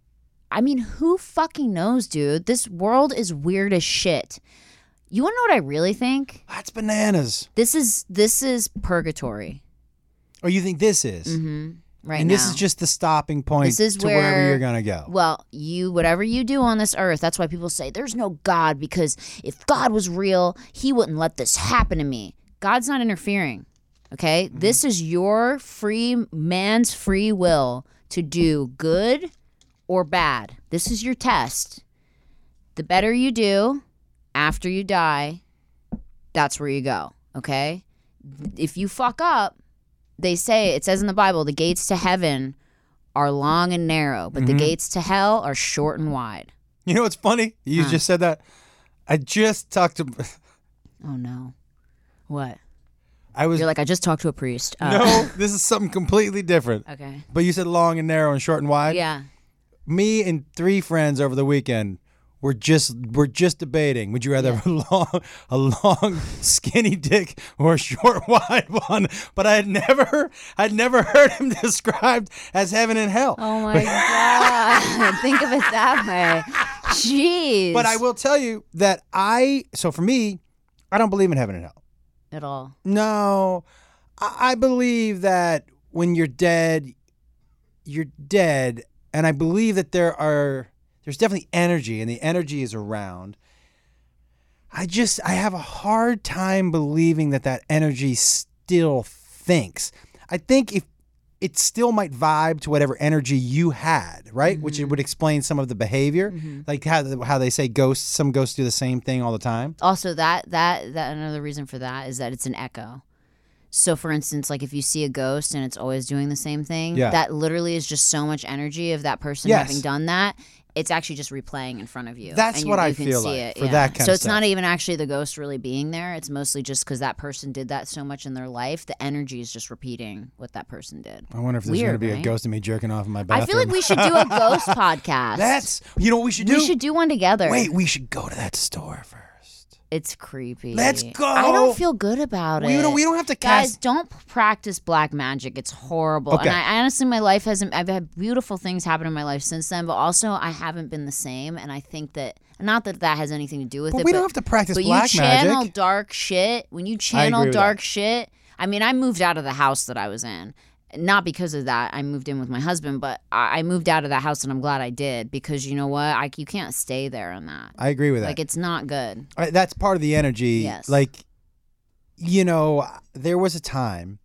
Speaker 2: I mean, who fucking knows, dude? This world is weird as shit. You wanna know what I really think?
Speaker 3: That's bananas.
Speaker 2: This is this is purgatory
Speaker 3: Or you think this is?
Speaker 2: Mm-hmm. right
Speaker 3: and
Speaker 2: now.
Speaker 3: this is just the stopping point
Speaker 2: This is
Speaker 3: to wherever
Speaker 2: where-
Speaker 3: you're going to go.
Speaker 2: well, you whatever you do on this earth, that's why people say there's no God because if God was real, he wouldn't let this happen to me. God's not interfering. Okay?
Speaker 3: Mm-hmm.
Speaker 2: This is your free man's free will to do good or bad. This is your test. The better you do after you die, that's where you go, okay? If you fuck up, they say it says in the Bible the gates to heaven are long and narrow, but the gates to hell are short and wide.
Speaker 3: you know what's funny? You just said that. I just talked to.
Speaker 2: Oh no. What?
Speaker 3: I was.
Speaker 2: You're like I just talked to a priest. Uh,
Speaker 3: no, this is something completely different.
Speaker 2: okay.
Speaker 3: But you said long and narrow and short and wide.
Speaker 2: Yeah.
Speaker 3: Me and three friends over the weekend were just were just debating. Would you rather have a long, a long skinny dick or a short wide one? But I had never, I'd never heard him described as heaven and hell.
Speaker 2: Oh my god. Think of it that way. Jeez.
Speaker 3: But I will tell you that I so for me, I don't believe in heaven and hell.
Speaker 2: at all.
Speaker 3: No, I, I believe that when you're dead, you're dead, and I believe that there are there's definitely energy, and the energy is around. I just I have a hard time believing that that energy still thinks. I think if it still might vibe to whatever energy you had, right? Which it
Speaker 2: Mm-hmm.
Speaker 3: would explain some of the behavior, like how how they say ghosts. Some ghosts do the same thing all the time.
Speaker 2: Also that that that another reason for that is that it's an echo. So for instance, like if you see a ghost and it's always doing the same thing,
Speaker 3: Yeah.
Speaker 2: that literally is just so much energy of that person
Speaker 3: Yes.
Speaker 2: having done that. it's actually just replaying in front of you.
Speaker 3: That's
Speaker 2: and
Speaker 3: what
Speaker 2: you,
Speaker 3: I
Speaker 2: you can
Speaker 3: feel
Speaker 2: see
Speaker 3: like
Speaker 2: it,
Speaker 3: for
Speaker 2: yeah.
Speaker 3: that kind
Speaker 2: So
Speaker 3: of
Speaker 2: it's not
Speaker 3: stuff.
Speaker 2: even actually the ghost really being there. It's mostly just because that person did that so much in their life. The energy is just repeating what that person did.
Speaker 3: I wonder if there's going to
Speaker 2: Weird,
Speaker 3: be a
Speaker 2: right?
Speaker 3: ghost of me jerking off in my bathroom.
Speaker 2: I feel like we should do a ghost podcast.
Speaker 3: That's you know what we should do.
Speaker 2: we should do one together.
Speaker 3: Wait, we should go to that store first.
Speaker 2: It's creepy.
Speaker 3: Let's go.
Speaker 2: I don't feel good about
Speaker 3: We
Speaker 2: it.
Speaker 3: don't- we don't have to
Speaker 2: Guys,
Speaker 3: cast-
Speaker 2: don't p- practice black magic. It's horrible.
Speaker 3: Okay.
Speaker 2: And I, I honestly, my life hasn't. I've had beautiful things happen in my life since then, but also I haven't been the same. And I think that not that that has anything to do with
Speaker 3: But
Speaker 2: it.
Speaker 3: we don't have to practice
Speaker 2: But
Speaker 3: black
Speaker 2: you channel
Speaker 3: magic.
Speaker 2: dark shit. When you
Speaker 3: agree
Speaker 2: channel
Speaker 3: with
Speaker 2: dark
Speaker 3: that.
Speaker 2: shit, I mean, I moved out of the house that I was in. Not because of that, I moved in with my husband, but I I moved out of that house, and I'm glad I did because you know what? I, you can't stay there in that.
Speaker 3: I agree with that.
Speaker 2: Like, it's not good.
Speaker 3: I- that's part of the energy.
Speaker 2: Yes.
Speaker 3: Like, you know, there was a time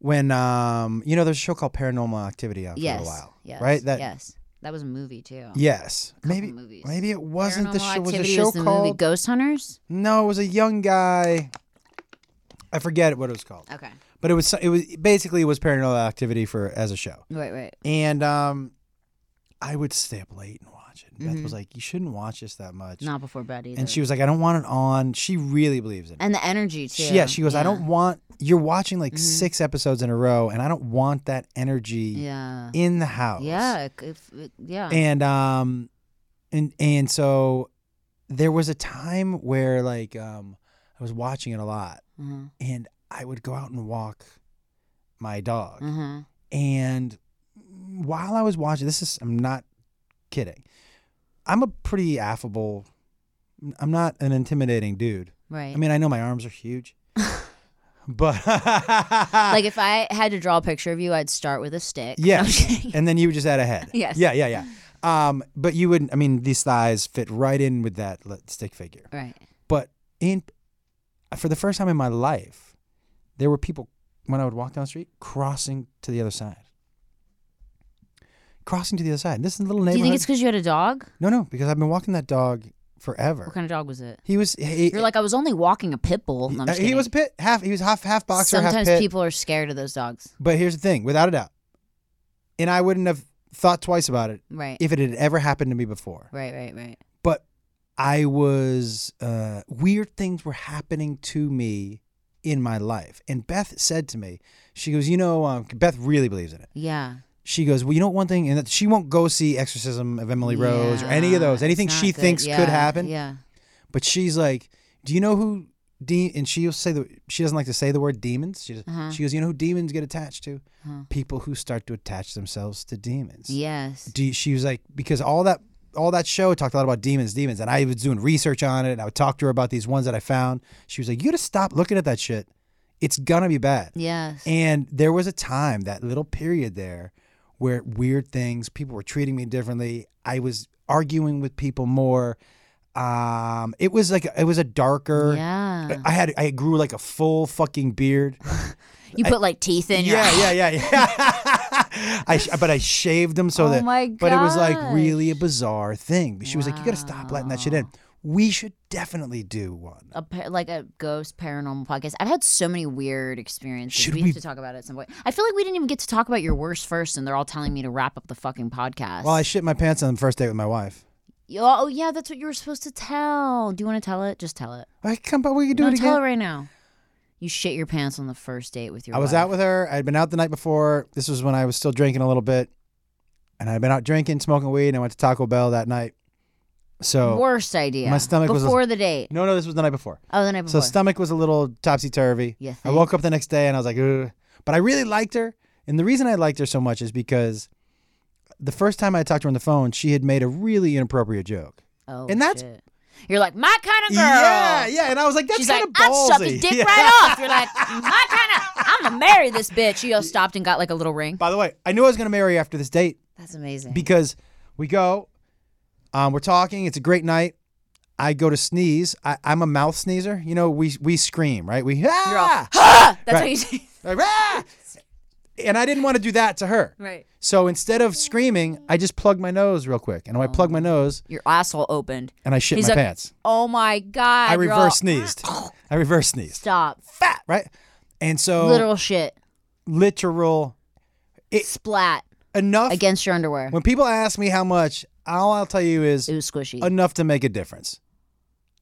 Speaker 3: when, um, you know, there's a show called Paranormal Activity on
Speaker 2: yes,
Speaker 3: for a while,
Speaker 2: Yes.
Speaker 3: right? That,
Speaker 2: yes. That was a movie too.
Speaker 3: Yes.
Speaker 2: couple
Speaker 3: Maybe.
Speaker 2: movies.
Speaker 3: Maybe it wasn't the
Speaker 2: Paranormal
Speaker 3: show. Was a
Speaker 2: Activity
Speaker 3: show
Speaker 2: was the
Speaker 3: called?
Speaker 2: movie Ghost Hunters?
Speaker 3: no, it was a young guy. I forget what it was called,
Speaker 2: Okay.
Speaker 3: but it was it was basically it was Paranormal Activity for as a show.
Speaker 2: Wait, wait.
Speaker 3: And um, I would stay up late and watch it. And Beth was like, "You shouldn't watch this that much."
Speaker 2: Mm-hmm. Not before bed either.
Speaker 3: and she was like, "I don't want it on." She really believes in it.
Speaker 2: and Mm-hmm. the energy too.
Speaker 3: She- yeah, she goes, "I don't want." You're watching like six episodes in a row, and I don't want that energy
Speaker 2: Yeah.
Speaker 3: in the house.
Speaker 2: Yeah. it- If, it- yeah.
Speaker 3: And um, and and so there was a time where like um, I was watching it a lot,
Speaker 2: Mhm.
Speaker 3: and I would go out and walk my dog,
Speaker 2: Mhm.
Speaker 3: and while I was watching, this is I'm not kidding. I'm a pretty affable. I'm not an intimidating dude.
Speaker 2: Right.
Speaker 3: I mean, I know my arms are huge, but
Speaker 2: like if I had to draw a picture of you, I'd start with a stick.
Speaker 3: ah. yeah,
Speaker 2: I'm kidding.
Speaker 3: and then you would just add a head.
Speaker 2: Yes.
Speaker 3: Yeah, yeah, yeah. Um, but you would. I mean, these thighs fit right in with that li- stick figure.
Speaker 2: right.
Speaker 3: But in for the first time in my life, there were people when I would walk down the street crossing to the other side. Crossing to the other side. This is a little
Speaker 2: Do
Speaker 3: neighborhood.
Speaker 2: you think it's because you had a dog?
Speaker 3: no, no, because I've been walking that dog forever.
Speaker 2: What kind of dog was it?
Speaker 3: He was. He,
Speaker 2: You're like, I was only walking a pit bull. No, I'm
Speaker 3: Uh,
Speaker 2: just
Speaker 3: he
Speaker 2: kidding.
Speaker 3: was a pit half. He was half half boxer, half
Speaker 2: Sometimes
Speaker 3: pit.
Speaker 2: people are scared of those dogs.
Speaker 3: But here's the thing, without a doubt, and I wouldn't have thought twice about it
Speaker 2: Right.
Speaker 3: if it had ever happened to me before.
Speaker 2: right, right, right.
Speaker 3: But I was uh, weird things were happening to me in my life, and Beth said to me, she goes, you know, um, Beth really believes in it.
Speaker 2: Yeah.
Speaker 3: She goes, well, you know one thing, and that she won't go see Exorcism of Emily Rose or any of
Speaker 2: Yeah,
Speaker 3: those, anything
Speaker 2: it's
Speaker 3: she
Speaker 2: not good.
Speaker 3: thinks
Speaker 2: Yeah,
Speaker 3: could happen.
Speaker 2: Yeah.
Speaker 3: But she's like, "Do you know who?" De-? And she'll say the she doesn't like to say the word demons. She, just,
Speaker 2: Uh-huh.
Speaker 3: she goes, "You know who demons get attached to? People who start to attach themselves to demons."
Speaker 2: Yes.
Speaker 3: Do you- she was like because all that all that show talked a lot about demons, demons, and I was doing research on it, and I would talk to her about these ones that I found. She was like, "You got to stop looking at that shit. It's gonna be bad."
Speaker 2: Yes.
Speaker 3: And there was a time, that little period there, where weird things, people were treating me differently. I was arguing with people more. Um, it was like it was a darker.
Speaker 2: yeah.
Speaker 3: I had I grew like a full fucking beard.
Speaker 2: You put like teeth in your
Speaker 3: yeah, yeah, yeah, yeah. I sh- but I shaved them so
Speaker 2: Oh
Speaker 3: that.
Speaker 2: my
Speaker 3: But it was like
Speaker 2: gosh.
Speaker 3: really a bizarre thing. She was like, "You got to stop letting that shit in." We should definitely do one.
Speaker 2: a par- like a ghost paranormal podcast. I've had so many weird experiences.
Speaker 3: Should
Speaker 2: we,
Speaker 3: we-
Speaker 2: have to talk about it at some point. I feel like we didn't even get to talk about your worst first, and they're all telling me to wrap up the fucking podcast.
Speaker 3: Well, I shit my pants on the first date with my wife.
Speaker 2: You- oh yeah, that's what you were supposed to tell. Do you want to tell it? Just tell it.
Speaker 3: I come, but we could do
Speaker 2: no,
Speaker 3: it
Speaker 2: tell
Speaker 3: again.
Speaker 2: it right now. You shit your pants on the first date with your.
Speaker 3: I Oh, was
Speaker 2: wife.
Speaker 3: out with her. I'd been out the night before. This was when I was still drinking a little bit, and I'd been out drinking, smoking weed, and I went to Taco Bell that night. So
Speaker 2: worst idea.
Speaker 3: oh. My stomach was-
Speaker 2: before the date.
Speaker 3: no, no, this was the night before.
Speaker 2: Oh, the night
Speaker 3: So
Speaker 2: before.
Speaker 3: stomach was a little topsy turvy.
Speaker 2: You
Speaker 3: I woke up the next day and I was like, Ugh. but I really liked her, and the reason I liked her so much is because the first time I talked to her on the phone, she had made a really inappropriate joke.
Speaker 2: oh,
Speaker 3: and that's-
Speaker 2: shit. you're like my kind of girl.
Speaker 3: Yeah, yeah, and I was like, that's
Speaker 2: She's
Speaker 3: kind
Speaker 2: like,
Speaker 3: of
Speaker 2: I'd
Speaker 3: ballsy.
Speaker 2: suck his dick
Speaker 3: Yeah.
Speaker 2: right off. You're like, my kind of, I'm gonna marry this bitch. He all stopped and got like a little ring.
Speaker 3: By the way, I knew I was going to marry her after this date.
Speaker 2: That's amazing.
Speaker 3: because we go, um, we're talking. It's a great night. I go to sneeze. I, I'm a mouth sneezer. You know, we we scream, right? We ah,
Speaker 2: That's
Speaker 3: right.
Speaker 2: how you say.
Speaker 3: Like, "Ah!" and I didn't want to do that to her.
Speaker 2: Right.
Speaker 3: So instead of screaming, I just plug my nose real quick, and when I plug my nose,
Speaker 2: Your asshole opened.
Speaker 3: and I
Speaker 2: Oh.
Speaker 3: shit
Speaker 2: He's
Speaker 3: my
Speaker 2: like,
Speaker 3: pants.
Speaker 2: Oh my god.
Speaker 3: I
Speaker 2: you're
Speaker 3: reverse
Speaker 2: all-
Speaker 3: sneezed. I reverse sneezed.
Speaker 2: Stop.
Speaker 3: Fat right, and so
Speaker 2: Literal shit.
Speaker 3: literal
Speaker 2: Splat
Speaker 3: enough.
Speaker 2: against your underwear.
Speaker 3: When people ask me how much all I'll tell you is
Speaker 2: Ooh, squishy.
Speaker 3: enough to make a difference.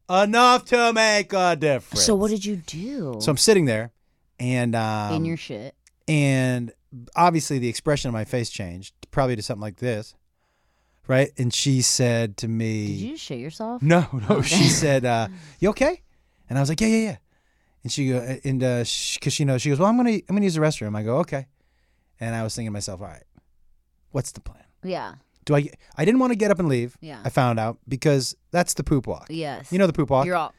Speaker 3: Enough to make a difference.
Speaker 2: so what did you do?
Speaker 3: So I'm sitting there, and um,
Speaker 2: in your shit.
Speaker 3: and obviously the expression of my face changed, probably to something like this, right? And she said to me,
Speaker 2: Did you just shit yourself?
Speaker 3: no,
Speaker 2: Oh,
Speaker 3: no. She said, uh, "You okay?" And I was like, "Yeah, yeah, yeah." And she go, and uh, because she knows, she goes, "Well, I'm gonna, I'm gonna use the restroom." I go, "Okay." And I was thinking to myself, "All right, what's the plan?
Speaker 2: Yeah.
Speaker 3: Do I? get- I didn't want to get up and leave.
Speaker 2: Yeah.
Speaker 3: I found out because that's the poop walk.
Speaker 2: Yes.
Speaker 3: You know the poop walk.
Speaker 2: You're all.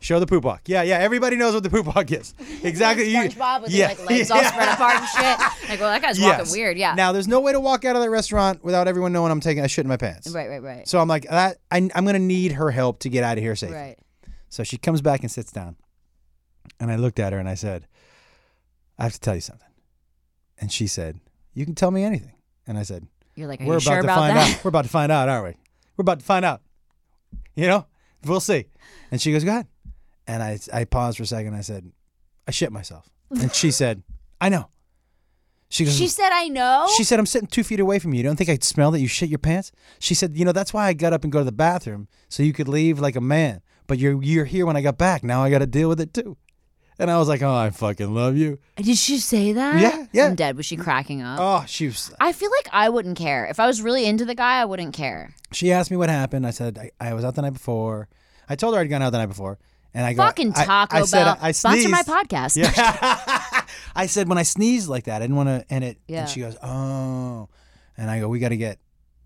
Speaker 3: Show the poop walk. Yeah, yeah. Everybody knows what the poop walk is. Exactly. You-
Speaker 2: SpongeBob with his, like legs all spread apart and shit. Like, well, that guy's walking
Speaker 3: Yes.
Speaker 2: weird. Yeah.
Speaker 3: Now there's no way to walk out of that restaurant without everyone knowing I'm taking a shit in my pants.
Speaker 2: right, right, right.
Speaker 3: So I'm like, that, I, I'm gonna need her help to get out of here safely.
Speaker 2: right.
Speaker 3: So she comes back and sits down. And I looked at her and I said, I have to tell you something. And she said, You can tell me anything. And I said,
Speaker 2: You're like, are
Speaker 3: We're
Speaker 2: you
Speaker 3: about
Speaker 2: sure
Speaker 3: to
Speaker 2: about
Speaker 3: find
Speaker 2: that?
Speaker 3: out. We're about to find out, aren't we? We're about to find out. You know, we'll see. And she goes, Go ahead. And I, I paused for a second. And I said, I shit myself. And she said, I know. She goes,
Speaker 2: She said, I know.
Speaker 3: she said, I'm sitting two feet away from you. Don't think I smell that you shit your pants? She said, You know, that's why I got up and go to the bathroom so you could leave like a man. But you're, you're here when I got back. Now I got to deal with it too. And I was like, Oh, I fucking love you.
Speaker 2: Did she say that?
Speaker 3: Yeah, yeah.
Speaker 2: I'm dead. Was she cracking up?
Speaker 3: Oh, she was.
Speaker 2: I feel like I wouldn't care. If I was really into the guy, I wouldn't care.
Speaker 3: She asked me what happened. I said, I, I was out the night before. I told her I'd gone out the night before. And I go,
Speaker 2: Fucking
Speaker 3: I-
Speaker 2: Taco
Speaker 3: I, said,
Speaker 2: Bell.
Speaker 3: I, I
Speaker 2: Sponsor my
Speaker 3: sneezed.
Speaker 2: podcast.
Speaker 3: Yeah. I said when I sneezed like that, I didn't want to and it
Speaker 2: Yeah.
Speaker 3: and she goes, "Oh." And I go, "We got to get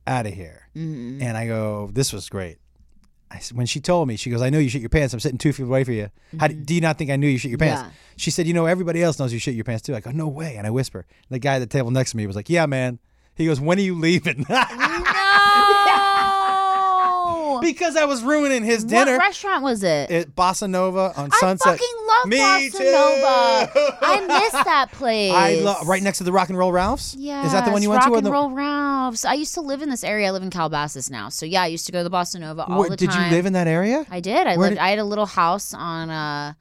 Speaker 3: out of here."
Speaker 2: Mm-hmm.
Speaker 3: And I go, "This was great." I s when she told me, she goes, "I know you shit your pants. I'm sitting 2 feet away from you. How do, do you not think I knew you shit your pants?"
Speaker 2: Mm-hmm. Yeah.
Speaker 3: She said, "You know everybody else knows you shit your pants too." I go, "No way." And I whisper. The guy at the table next to me was like, "Yeah, man." He goes, "When are you leaving?"
Speaker 2: No.
Speaker 3: because I was ruining his
Speaker 2: What
Speaker 3: dinner.
Speaker 2: restaurant was it?
Speaker 3: At Bossa Nova on
Speaker 2: I
Speaker 3: Sunset.
Speaker 2: fucking love
Speaker 3: Me
Speaker 2: Bossa
Speaker 3: too.
Speaker 2: Nova. I miss that place.
Speaker 3: I love right next to the Rock and Roll Ralphs.
Speaker 2: Yeah,
Speaker 3: is that the one you went
Speaker 2: Rock
Speaker 3: to? or
Speaker 2: and
Speaker 3: the-
Speaker 2: Roll Ralphs. I used to live in this area. I live in Calabasas now, so yeah, I used to go to the Bossa Nova all
Speaker 3: Where-
Speaker 2: the
Speaker 3: did
Speaker 2: time.
Speaker 3: you live in that area?
Speaker 2: I did. I
Speaker 3: Where
Speaker 2: lived.
Speaker 3: did-
Speaker 2: I had a little house on uh,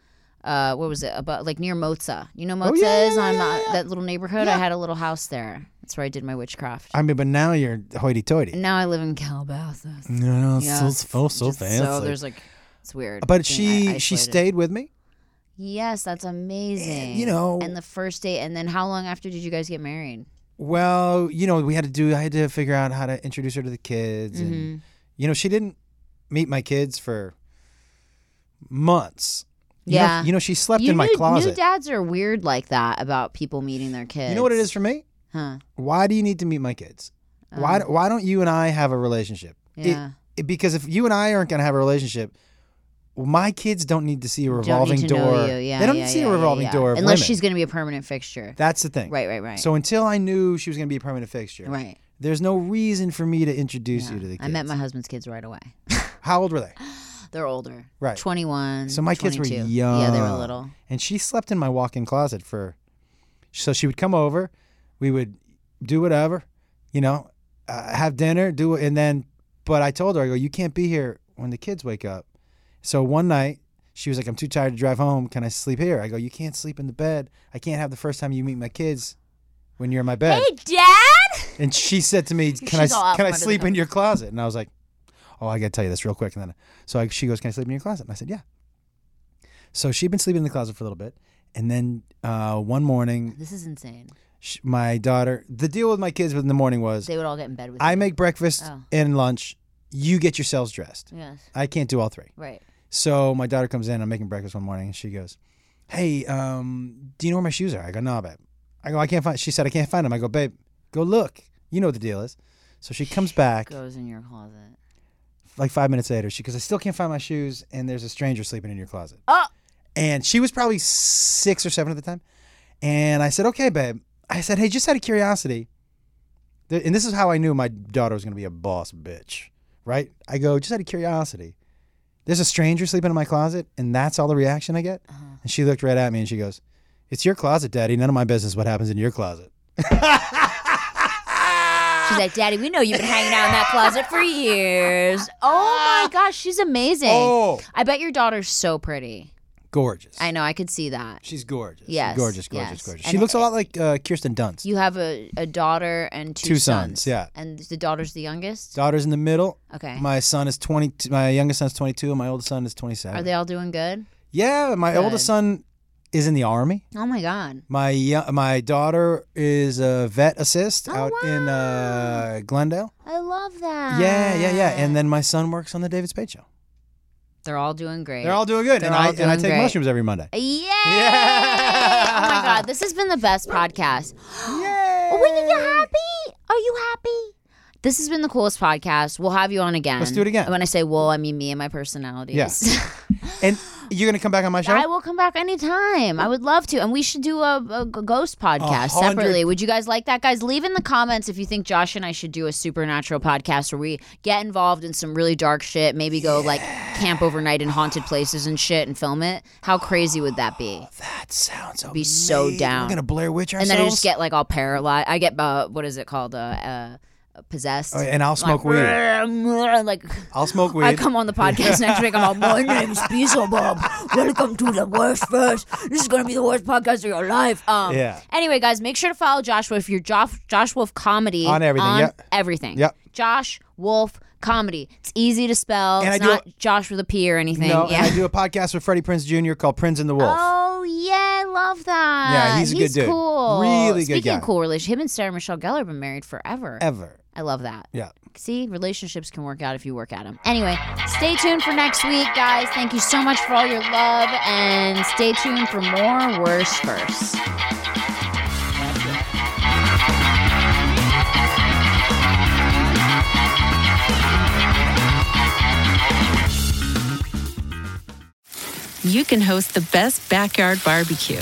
Speaker 2: uh, what was it? About like near Moza. You know Moza
Speaker 3: yeah, Oh, yeah,
Speaker 2: is
Speaker 3: yeah,
Speaker 2: on
Speaker 3: yeah,
Speaker 2: uh,
Speaker 3: yeah.
Speaker 2: that little neighborhood. I had a little house there. That's where I did my witchcraft.
Speaker 3: I mean, but now you're hoity-toity.
Speaker 2: and now I live in Calabasas.
Speaker 3: No, it's
Speaker 2: Yeah,
Speaker 3: Mm, so
Speaker 2: it's
Speaker 3: so, so
Speaker 2: Just
Speaker 3: fancy.
Speaker 2: So there's like, it's weird. being
Speaker 3: but she
Speaker 2: i-
Speaker 3: she
Speaker 2: isolated.
Speaker 3: stayed with me.
Speaker 2: Yes, that's amazing.
Speaker 3: you know-
Speaker 2: and the first date, and then how long after did you guys get married?
Speaker 3: Well, you know, we had to do. I had to figure out how to introduce her to the kids,
Speaker 2: Mm-hmm.
Speaker 3: and you know, she didn't meet my kids for months. You know-
Speaker 2: Yeah.
Speaker 3: you know, she slept
Speaker 2: you
Speaker 3: in my
Speaker 2: knew- New
Speaker 3: closet.
Speaker 2: dads are weird like that about people meeting their kids.
Speaker 3: you know what it is for me?
Speaker 2: Huh.
Speaker 3: Why do you need to meet my kids? why do- Why don't you and I have a relationship?
Speaker 2: Oh.
Speaker 3: It-
Speaker 2: Yeah.
Speaker 3: it- because if you and I aren't going to have a relationship, my kids don't need to see a
Speaker 2: Don't need
Speaker 3: revolving
Speaker 2: to know
Speaker 3: door.
Speaker 2: you. Yeah,
Speaker 3: they don't
Speaker 2: yeah,
Speaker 3: need to see
Speaker 2: yeah,
Speaker 3: a
Speaker 2: yeah,
Speaker 3: revolving
Speaker 2: yeah.
Speaker 3: door. Of
Speaker 2: Unless
Speaker 3: women.
Speaker 2: she's going to be a permanent fixture.
Speaker 3: That's the thing.
Speaker 2: Right, right, right.
Speaker 3: So until I knew she was going to be a permanent fixture,
Speaker 2: right.
Speaker 3: there's no reason for me to introduce you to the kids.
Speaker 2: I met my husband's kids right away.
Speaker 3: How old were they?
Speaker 2: They're older.
Speaker 3: Right.
Speaker 2: 21.
Speaker 3: So my kids were
Speaker 2: 22.
Speaker 3: young.
Speaker 2: Yeah, they were little.
Speaker 3: And she slept in my walk-in closet for so she would come over, we would do whatever, you know, uh, have dinner, do and then but I told her I go, "You can't be here when the kids wake up." So one night, she was like, "I'm too tired to drive home. Can I sleep here?" I go, "You can't sleep in the bed. I can't have the first time you meet my kids when you're in my bed."
Speaker 2: Hey, Dad!
Speaker 3: And she said to me, "Can I
Speaker 2: She's all out
Speaker 3: can I
Speaker 2: from under the
Speaker 3: sleep in
Speaker 2: covers.
Speaker 3: your closet?" And I was like, "Oh, I got to tell you this real quick." And then so I, she goes, "Can I sleep in your closet?" And I said, "Yeah." So she'd been sleeping in the closet for a little bit, and then uh, one morning,
Speaker 2: This is insane.
Speaker 3: sh my daughter. The deal with my kids in the morning was
Speaker 2: They would all get in bed with
Speaker 3: I
Speaker 2: you.
Speaker 3: make breakfast
Speaker 2: Oh.
Speaker 3: and lunch. You get yourselves dressed.
Speaker 2: Yes.
Speaker 3: I can't do all three.
Speaker 2: Right.
Speaker 3: So my daughter comes in. I'm making breakfast one morning, and she goes, "Hey, um, do you know where my shoes are?" I go, "No, babe." I go, "I can't find." She said, "I can't find them." I go, "Babe, go look. You know what the deal is." So she comes back
Speaker 2: Goes in your closet.
Speaker 3: like five minutes later. She goes, "I still can't find my shoes," and there's a stranger sleeping in your closet. Oh. And she was probably six or seven at the time, and I said, "Okay, babe." I said, "Hey, just out of curiosity," th- and this is how I knew my daughter was going to be a boss bitch, right? I go, "Just out of curiosity." there's a stranger sleeping in my closet and that's all the reaction I get?
Speaker 2: Uh-huh.
Speaker 3: And she looked right at me and she goes, It's your closet, Daddy. None of my business what happens in your closet.
Speaker 2: She's like, Daddy, we know you've been hanging out in that closet for years. Oh my gosh, she's amazing.
Speaker 3: Ah. Oh.
Speaker 2: I bet your daughter's so pretty.
Speaker 3: gorgeous.
Speaker 2: I know. I could see that.
Speaker 3: She's gorgeous.
Speaker 2: Yes,
Speaker 3: Gorgeous, gorgeous,
Speaker 2: yes.
Speaker 3: gorgeous.
Speaker 2: And
Speaker 3: she
Speaker 2: it-
Speaker 3: looks a lot like uh, Kirsten Dunst.
Speaker 2: You have a, a daughter and two,
Speaker 3: Two sons, yeah.
Speaker 2: And the daughter's the youngest?
Speaker 3: Daughter's in the middle.
Speaker 2: Okay.
Speaker 3: My son is 20. My youngest son's 22, and my oldest son is 27.
Speaker 2: Are they all doing good?
Speaker 3: yeah, my
Speaker 2: Good.
Speaker 3: oldest son is in the army.
Speaker 2: Oh my God.
Speaker 3: My yo- my daughter is a vet assist
Speaker 2: Oh,
Speaker 3: out in uh, Glendale.
Speaker 2: I love that.
Speaker 3: Yeah, yeah, yeah. And then my son works on the David Spade show.
Speaker 2: they're all doing great.
Speaker 3: They're all doing good,
Speaker 2: They're
Speaker 3: and
Speaker 2: all
Speaker 3: I and I
Speaker 2: doing
Speaker 3: take
Speaker 2: great.
Speaker 3: mushrooms every Monday.
Speaker 2: Yay!
Speaker 3: Yeah.
Speaker 2: Oh my god, this has been the best podcast. Yay! Wait, are you happy? Are you happy? This has been the coolest podcast. We'll have you on again.
Speaker 3: Let's do it again.
Speaker 2: When I say "well," I mean me and my personalities.
Speaker 3: Yeah. And you're gonna come back on my show?
Speaker 2: I will come back anytime. I would love to. And we should do a, a g- ghost podcast
Speaker 3: hundred-
Speaker 2: separately. Would you guys like that? Guys, leave in the comments if you think Josh and I should do a supernatural podcast where we get involved in some really dark shit, maybe go like camp overnight in haunted places and shit and film it. How crazy would that be?
Speaker 3: that sounds
Speaker 2: Be so
Speaker 3: amazing.
Speaker 2: down.
Speaker 3: We're gonna Blair Witch
Speaker 2: and
Speaker 3: ourselves.
Speaker 2: then I just get like all paralyzed. I get, uh, what is it called? Uh, uh, possessed.
Speaker 3: Oh, and I'll smoke
Speaker 2: weed. Like,
Speaker 3: I'll smoke weed.
Speaker 2: I come on the podcast next week. I'm like, my name is Beelzebub. Welcome to the worst first. This is going to be the worst podcast of your life. Um,
Speaker 3: Yeah.
Speaker 2: Anyway, guys, make sure to follow Josh Wolf. Your Josh, Josh Wolf comedy
Speaker 3: On everything, yep.
Speaker 2: everything.
Speaker 3: Yep.
Speaker 2: Josh Wolf comedy. It's easy to spell.
Speaker 3: And
Speaker 2: it's
Speaker 3: I do
Speaker 2: not Josh with a P or anything.
Speaker 3: no,
Speaker 2: yeah.
Speaker 3: and I do a podcast with Freddie Prince Jr. called Prince and the Wolf.
Speaker 2: Oh yeah, I love that.
Speaker 3: Yeah, he's a good dude.
Speaker 2: Cool,
Speaker 3: Really good
Speaker 2: Speaking
Speaker 3: guy.
Speaker 2: of cool relationship, him and Sarah Michelle Gellar have been married forever.
Speaker 3: Ever.
Speaker 2: I love that.
Speaker 3: Yeah.
Speaker 2: See, relationships can work out if you work at them. Anyway, stay tuned for next week, guys. Thank you so much for all your love, and stay tuned for more worse first.
Speaker 4: you can host the best backyard barbecue.